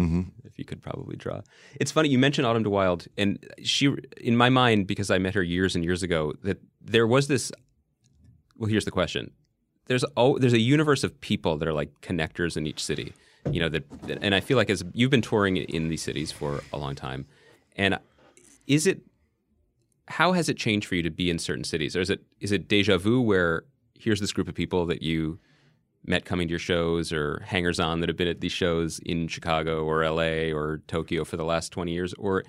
[SPEAKER 4] if you could probably draw. It's funny you mentioned Autumn de Wilde, and she, in my mind, because I met her years and years ago, that there was this. Well, here's the question: There's oh, there's a universe of people that are like connectors in each city, you know. That, and I feel like as you've been touring in these cities for a long time, and is it how has it changed for you to be in certain cities? Or is it is it deja vu where here's this group of people that you met coming to your shows or hangers on that have been at these shows in Chicago or LA or Tokyo for the last 20 years or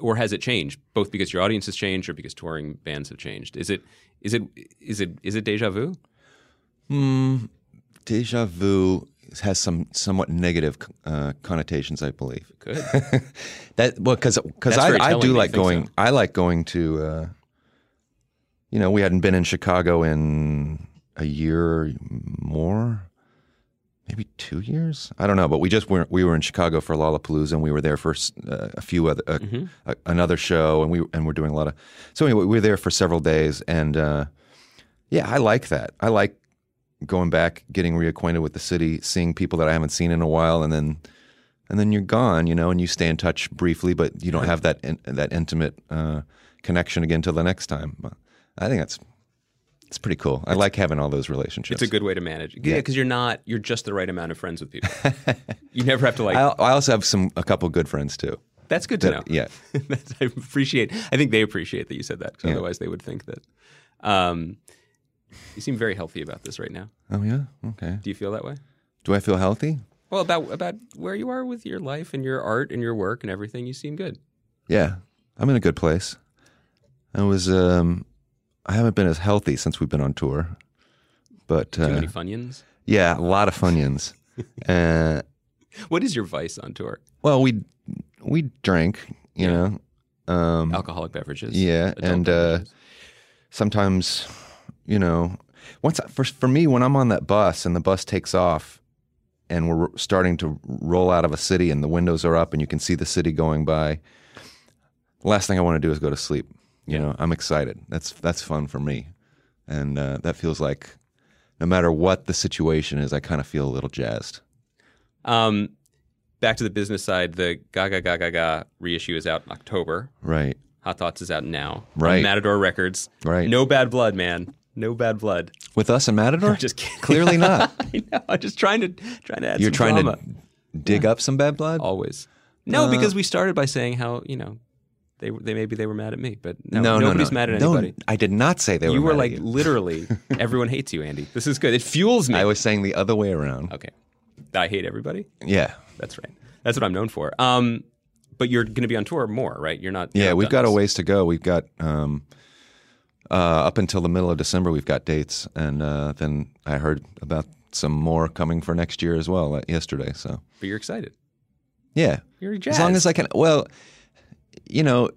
[SPEAKER 4] or has it changed both because your audience has changed or because touring bands have changed is it is it is it is it deja vu
[SPEAKER 6] Deja vu has some somewhat negative uh, connotations, I believe.
[SPEAKER 4] good
[SPEAKER 6] That well, because because
[SPEAKER 4] That's
[SPEAKER 6] I,
[SPEAKER 4] very
[SPEAKER 6] I
[SPEAKER 4] telling,
[SPEAKER 6] do
[SPEAKER 4] I
[SPEAKER 6] like
[SPEAKER 4] think
[SPEAKER 6] going.
[SPEAKER 4] so.
[SPEAKER 6] I like going to. Uh, you know, we hadn't been in Chicago in a year or more, maybe two years. I don't know, but we just were we were in Chicago for Lollapalooza, and we were there for s- uh, a few other uh,
[SPEAKER 4] Mm-hmm.
[SPEAKER 6] a, another show, and we and we're doing a lot of. So anyway, we were there for several days, and uh, yeah, I like that. I like going back, getting reacquainted with the city, seeing people that I haven't seen in a while, and then and then you're gone, you know, and you stay in touch briefly, but you don't have that in, that intimate uh, connection again till the next time. I think that's it's pretty cool. I like having all those relationships.
[SPEAKER 4] it's a good way to manage yeah because you're not you're just the right amount of friends with people you never have to like
[SPEAKER 6] I, I also have some a couple good friends too.
[SPEAKER 4] That's good to
[SPEAKER 6] That-
[SPEAKER 4] know.
[SPEAKER 6] yeah.
[SPEAKER 4] That's- I appreciate. I think they appreciate that you said that, 'cause
[SPEAKER 6] Yeah.
[SPEAKER 4] otherwise they would think that. Um, you seem very healthy about this right now.
[SPEAKER 6] Oh yeah, okay.
[SPEAKER 4] Do you feel that way?
[SPEAKER 6] Do I feel healthy?
[SPEAKER 4] Well, about about where you are with your life and your art and your work and everything, you seem good.
[SPEAKER 6] Yeah, I'm in a good place. I was um, I haven't been as healthy since we've been on tour, but
[SPEAKER 4] Too
[SPEAKER 6] uh,
[SPEAKER 4] many funyuns.
[SPEAKER 6] yeah, a lot of funyuns. uh,
[SPEAKER 4] What is your vice on tour?
[SPEAKER 6] well, we we drink, you know. um,
[SPEAKER 4] Alcoholic beverages.
[SPEAKER 6] yeah,
[SPEAKER 4] adult
[SPEAKER 6] and, uh,
[SPEAKER 4] beverages.
[SPEAKER 6] sometimes, you know, once I, for for me when I'm on that bus and the bus takes off and we're starting to roll out of a city and the windows are up and you can see the city going by, last thing I want to do is go to sleep. You know, I'm excited. That's that's fun for me, and uh, that feels like no matter what the situation is, I kind of feel a little jazzed.
[SPEAKER 4] Um, back to the business side, the Gaga Gaga Gaga reissue is out in October.
[SPEAKER 6] Right.
[SPEAKER 4] Hot Thoughts is out now.
[SPEAKER 6] Right.
[SPEAKER 4] On Matador Records.
[SPEAKER 6] Right.
[SPEAKER 4] No bad blood, man. No bad blood.
[SPEAKER 6] With us and Matador,
[SPEAKER 4] Just kidding.
[SPEAKER 6] clearly not.
[SPEAKER 4] I know. I'm just trying to trying to add.
[SPEAKER 6] You're
[SPEAKER 4] some
[SPEAKER 6] trying
[SPEAKER 4] drama. Oh,
[SPEAKER 6] to Uh, dig up some bad blood.
[SPEAKER 4] always. No, because we started by saying how you know they they maybe they were mad at me, but no,
[SPEAKER 6] no, no,
[SPEAKER 4] nobody's
[SPEAKER 6] no.
[SPEAKER 4] mad at
[SPEAKER 6] No,
[SPEAKER 4] anybody.
[SPEAKER 6] I did not say they were.
[SPEAKER 4] you were
[SPEAKER 6] mad at
[SPEAKER 4] like
[SPEAKER 6] you.
[SPEAKER 4] literally everyone hates you, Andy. This is good. It fuels me.
[SPEAKER 6] I was saying the other way around.
[SPEAKER 4] okay. I hate everybody.
[SPEAKER 6] Yeah.
[SPEAKER 4] That's right. That's what I'm known for. Um, but you're going to be on tour more, right? You're not.
[SPEAKER 6] Yeah,
[SPEAKER 4] you're not
[SPEAKER 6] we've
[SPEAKER 4] done
[SPEAKER 6] got a
[SPEAKER 4] this.
[SPEAKER 6] ways to go. We've got um, uh, up until the middle of December. We've got dates, and uh, then I heard about some more coming for next year as well. uh, yesterday, so
[SPEAKER 4] But you're excited.
[SPEAKER 6] yeah,
[SPEAKER 4] You're
[SPEAKER 6] as long as
[SPEAKER 4] jazzed.
[SPEAKER 6] I can. Well, you know,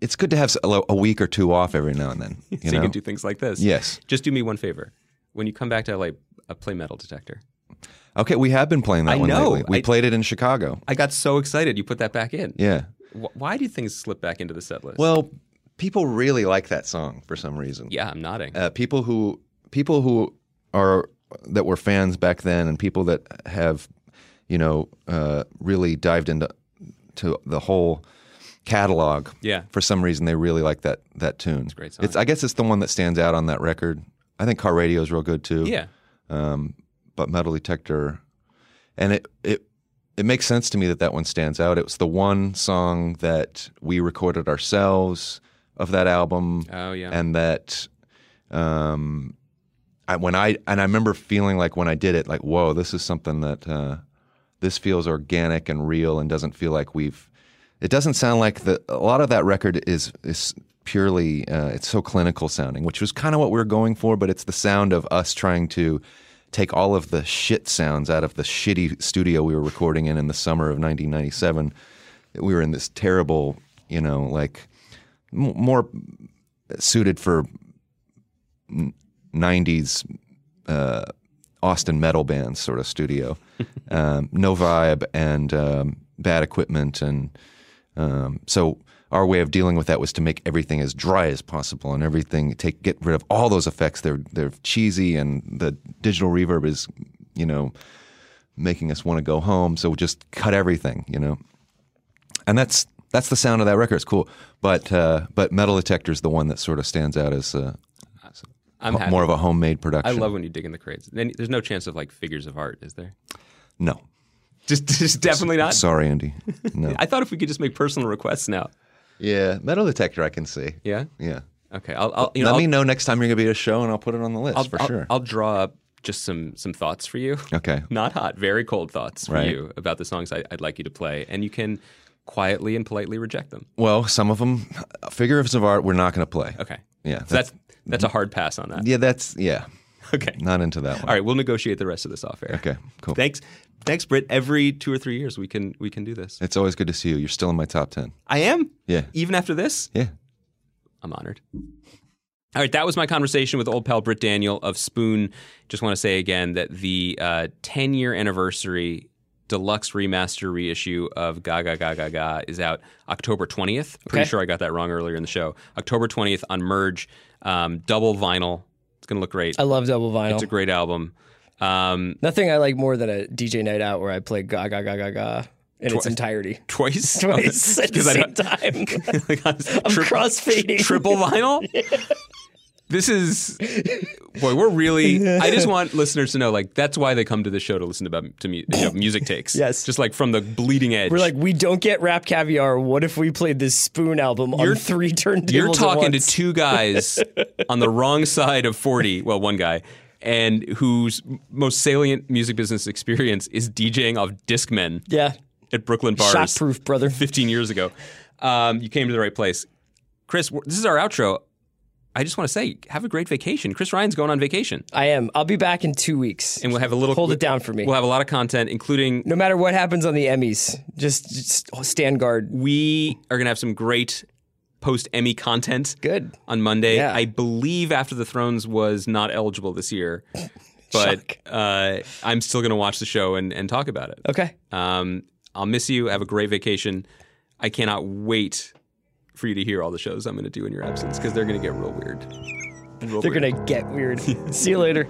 [SPEAKER 6] it's good to have s- a a week or two off every now and then. You
[SPEAKER 4] so
[SPEAKER 6] know?
[SPEAKER 4] you can do things like this.
[SPEAKER 6] Yes.
[SPEAKER 4] Just do me one favor. When you come back to LA, uh, play Metal Detector.
[SPEAKER 6] okay, we have been playing that
[SPEAKER 4] I
[SPEAKER 6] one
[SPEAKER 4] know.
[SPEAKER 6] lately. We
[SPEAKER 4] I-
[SPEAKER 6] played it in Chicago.
[SPEAKER 4] I got so excited. You put that back in.
[SPEAKER 6] Yeah.
[SPEAKER 4] Wh- Why do things slip back into the set list?
[SPEAKER 6] Well, people really like that song for some reason.
[SPEAKER 4] yeah, I'm nodding.
[SPEAKER 6] uh, people who people who are that were fans back then and people that have you know uh, really dived into to the whole catalog
[SPEAKER 4] Yeah.
[SPEAKER 6] for some reason they really like that that tune it's
[SPEAKER 4] great song.
[SPEAKER 6] i guess it's the one that stands out on that record i think car radio is real good too
[SPEAKER 4] yeah.
[SPEAKER 6] but metal detector and it it it makes sense to me that that one stands out it was the one song that we recorded ourselves of that album
[SPEAKER 4] Oh, yeah.
[SPEAKER 6] and that um I, when i and i remember feeling like when i did it like whoa this is something that uh this feels organic and real and doesn't feel like we've it doesn't sound like the a lot of that record is is purely uh, it's so clinical sounding which was kind of what we were going for but it's the sound of us trying to take all of the shit sounds out of the shitty studio we were recording in in the summer of 1997 we were in this terrible you know like m- more suited for n- 90s uh, Austin metal bands sort of studio. um, no vibe and um, bad equipment. And um, so our way of dealing with that was to make everything as dry as possible and everything take get rid of all those effects. They're they're cheesy and the digital reverb is, you know, making us want to go home. So just cut everything, you know and that's that's the sound of that record. It's cool, but uh, but Metal Detector is the one that sort of stands out as uh,
[SPEAKER 4] I'm
[SPEAKER 6] mo-
[SPEAKER 4] happy.
[SPEAKER 6] more of a homemade
[SPEAKER 4] I
[SPEAKER 6] production.
[SPEAKER 4] love when you dig in the crates. Then there's no chance of like figures of art, is there?
[SPEAKER 6] No,
[SPEAKER 4] Just, just definitely not.
[SPEAKER 6] sorry, Andy. No.
[SPEAKER 4] I thought if we could just make personal requests now.
[SPEAKER 6] yeah, Metal Detector, I can see.
[SPEAKER 4] Yeah.
[SPEAKER 6] yeah.
[SPEAKER 4] Okay. I'll. I'll you know,
[SPEAKER 6] Let
[SPEAKER 4] I'll,
[SPEAKER 6] me know next time you're gonna be at a show, and I'll put it on the list
[SPEAKER 4] I'll,
[SPEAKER 6] for
[SPEAKER 4] I'll-
[SPEAKER 6] sure.
[SPEAKER 4] I'll draw up just some some thoughts for you.
[SPEAKER 6] okay.
[SPEAKER 4] Not hot, very cold thoughts for
[SPEAKER 6] Right.
[SPEAKER 4] you about the songs I, I'd like you to play, and you can quietly and politely reject them.
[SPEAKER 6] Well, some of them, figures of art, we're not gonna play.
[SPEAKER 4] Okay.
[SPEAKER 6] Yeah. Mm.
[SPEAKER 4] So that's that's a hard pass on that.
[SPEAKER 6] yeah. That's yeah.
[SPEAKER 4] Okay.
[SPEAKER 6] Not into that one.
[SPEAKER 4] All right. We'll negotiate the rest of this off air.
[SPEAKER 6] Okay. Cool.
[SPEAKER 4] Thanks. Thanks, Britt. Every two or three years, we can we can do this.
[SPEAKER 6] It's always good to see you. You're still in my top ten.
[SPEAKER 4] I am.
[SPEAKER 6] Yeah.
[SPEAKER 4] Even after this.
[SPEAKER 6] Yeah.
[SPEAKER 4] I'm honored. All right, that was my conversation with old pal Britt Daniel of Spoon. Just want to say again that the uh, 10 year anniversary deluxe remaster reissue of Gaga Gaga Gaga is out October 20th. Pretty
[SPEAKER 1] Okay.
[SPEAKER 4] sure I got that wrong earlier in the show. October 20th on Merge, um, double vinyl. It's going to look great.
[SPEAKER 1] I love double vinyl.
[SPEAKER 4] It's a great album. Um,
[SPEAKER 1] Nothing I like more than a DJ night out where I play ga ga ga ga ga in its entirety.
[SPEAKER 4] twice?
[SPEAKER 1] Twice at the
[SPEAKER 4] Because I
[SPEAKER 1] same
[SPEAKER 4] don't-
[SPEAKER 1] time.
[SPEAKER 4] Like, I was-
[SPEAKER 1] I'm
[SPEAKER 4] tri-
[SPEAKER 1] crossfading.
[SPEAKER 4] triple vinyl. This is boy, we're really. I just want listeners to know, like that's why they come to this show to listen about to mu- you know, music takes.
[SPEAKER 1] Yes.
[SPEAKER 4] just like from the bleeding edge.
[SPEAKER 1] We're like, we don't get rap caviar. What if we played this spoon album on three turntables?
[SPEAKER 4] you're
[SPEAKER 1] at
[SPEAKER 4] talking to
[SPEAKER 1] once?
[SPEAKER 4] two guys on the wrong side of forty. Well, one guy. And whose most salient music business experience is DJing off Discmen
[SPEAKER 1] Yeah.
[SPEAKER 4] at Brooklyn bars.
[SPEAKER 1] Shotproof, brother.
[SPEAKER 4] 15 years ago. Um, you came to the right place. Chris, w- this is our outro. I just want to say, have a great vacation. Chris Ryan's going on vacation,
[SPEAKER 1] I am. I'll be back in two weeks.
[SPEAKER 4] and we'll have a little.
[SPEAKER 1] Hold it down for me.
[SPEAKER 4] We'll have a lot of content, including
[SPEAKER 1] no matter what happens on the Emmys, just, just stand guard.
[SPEAKER 4] we are going to have some great post Emmy content.
[SPEAKER 1] Good.
[SPEAKER 4] on Monday.
[SPEAKER 1] Yeah.
[SPEAKER 4] I believe After the Thrones was not eligible this year, but uh, I'm still going to watch the show and, and talk about it.
[SPEAKER 1] Okay.
[SPEAKER 4] Um, I'll miss you. Have a great vacation. I cannot wait for you to hear all the shows I'm going to do in your absence because they're going to get real weird. Real
[SPEAKER 1] They're
[SPEAKER 4] weird.
[SPEAKER 1] going to get weird. See you later.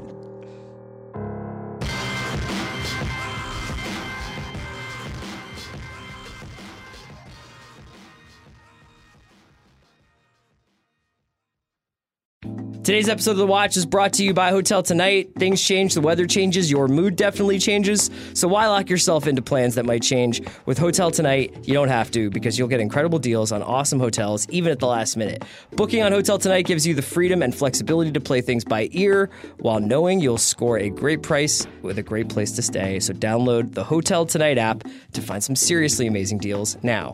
[SPEAKER 1] Today's episode of The Watch is brought to you by Hotel Tonight. Things change, the weather changes, your mood definitely changes. So why lock yourself into plans that might change? With Hotel Tonight, you don't have to because you'll get incredible deals on awesome hotels even at the last minute. Booking on Hotel Tonight gives you the freedom and flexibility to play things by ear while knowing you'll score a great price with a great place to stay. So download the Hotel Tonight app to find some seriously amazing deals now.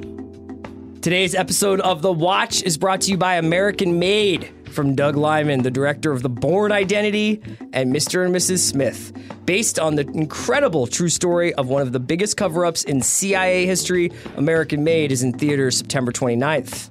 [SPEAKER 1] Today's episode of The Watch is brought to you by American Made from Doug Lyman, the director of The Born Identity and Mr. and Mrs. Smith, based on the incredible true story of one of the biggest cover ups in CIA history. American Made is in theaters September 29th.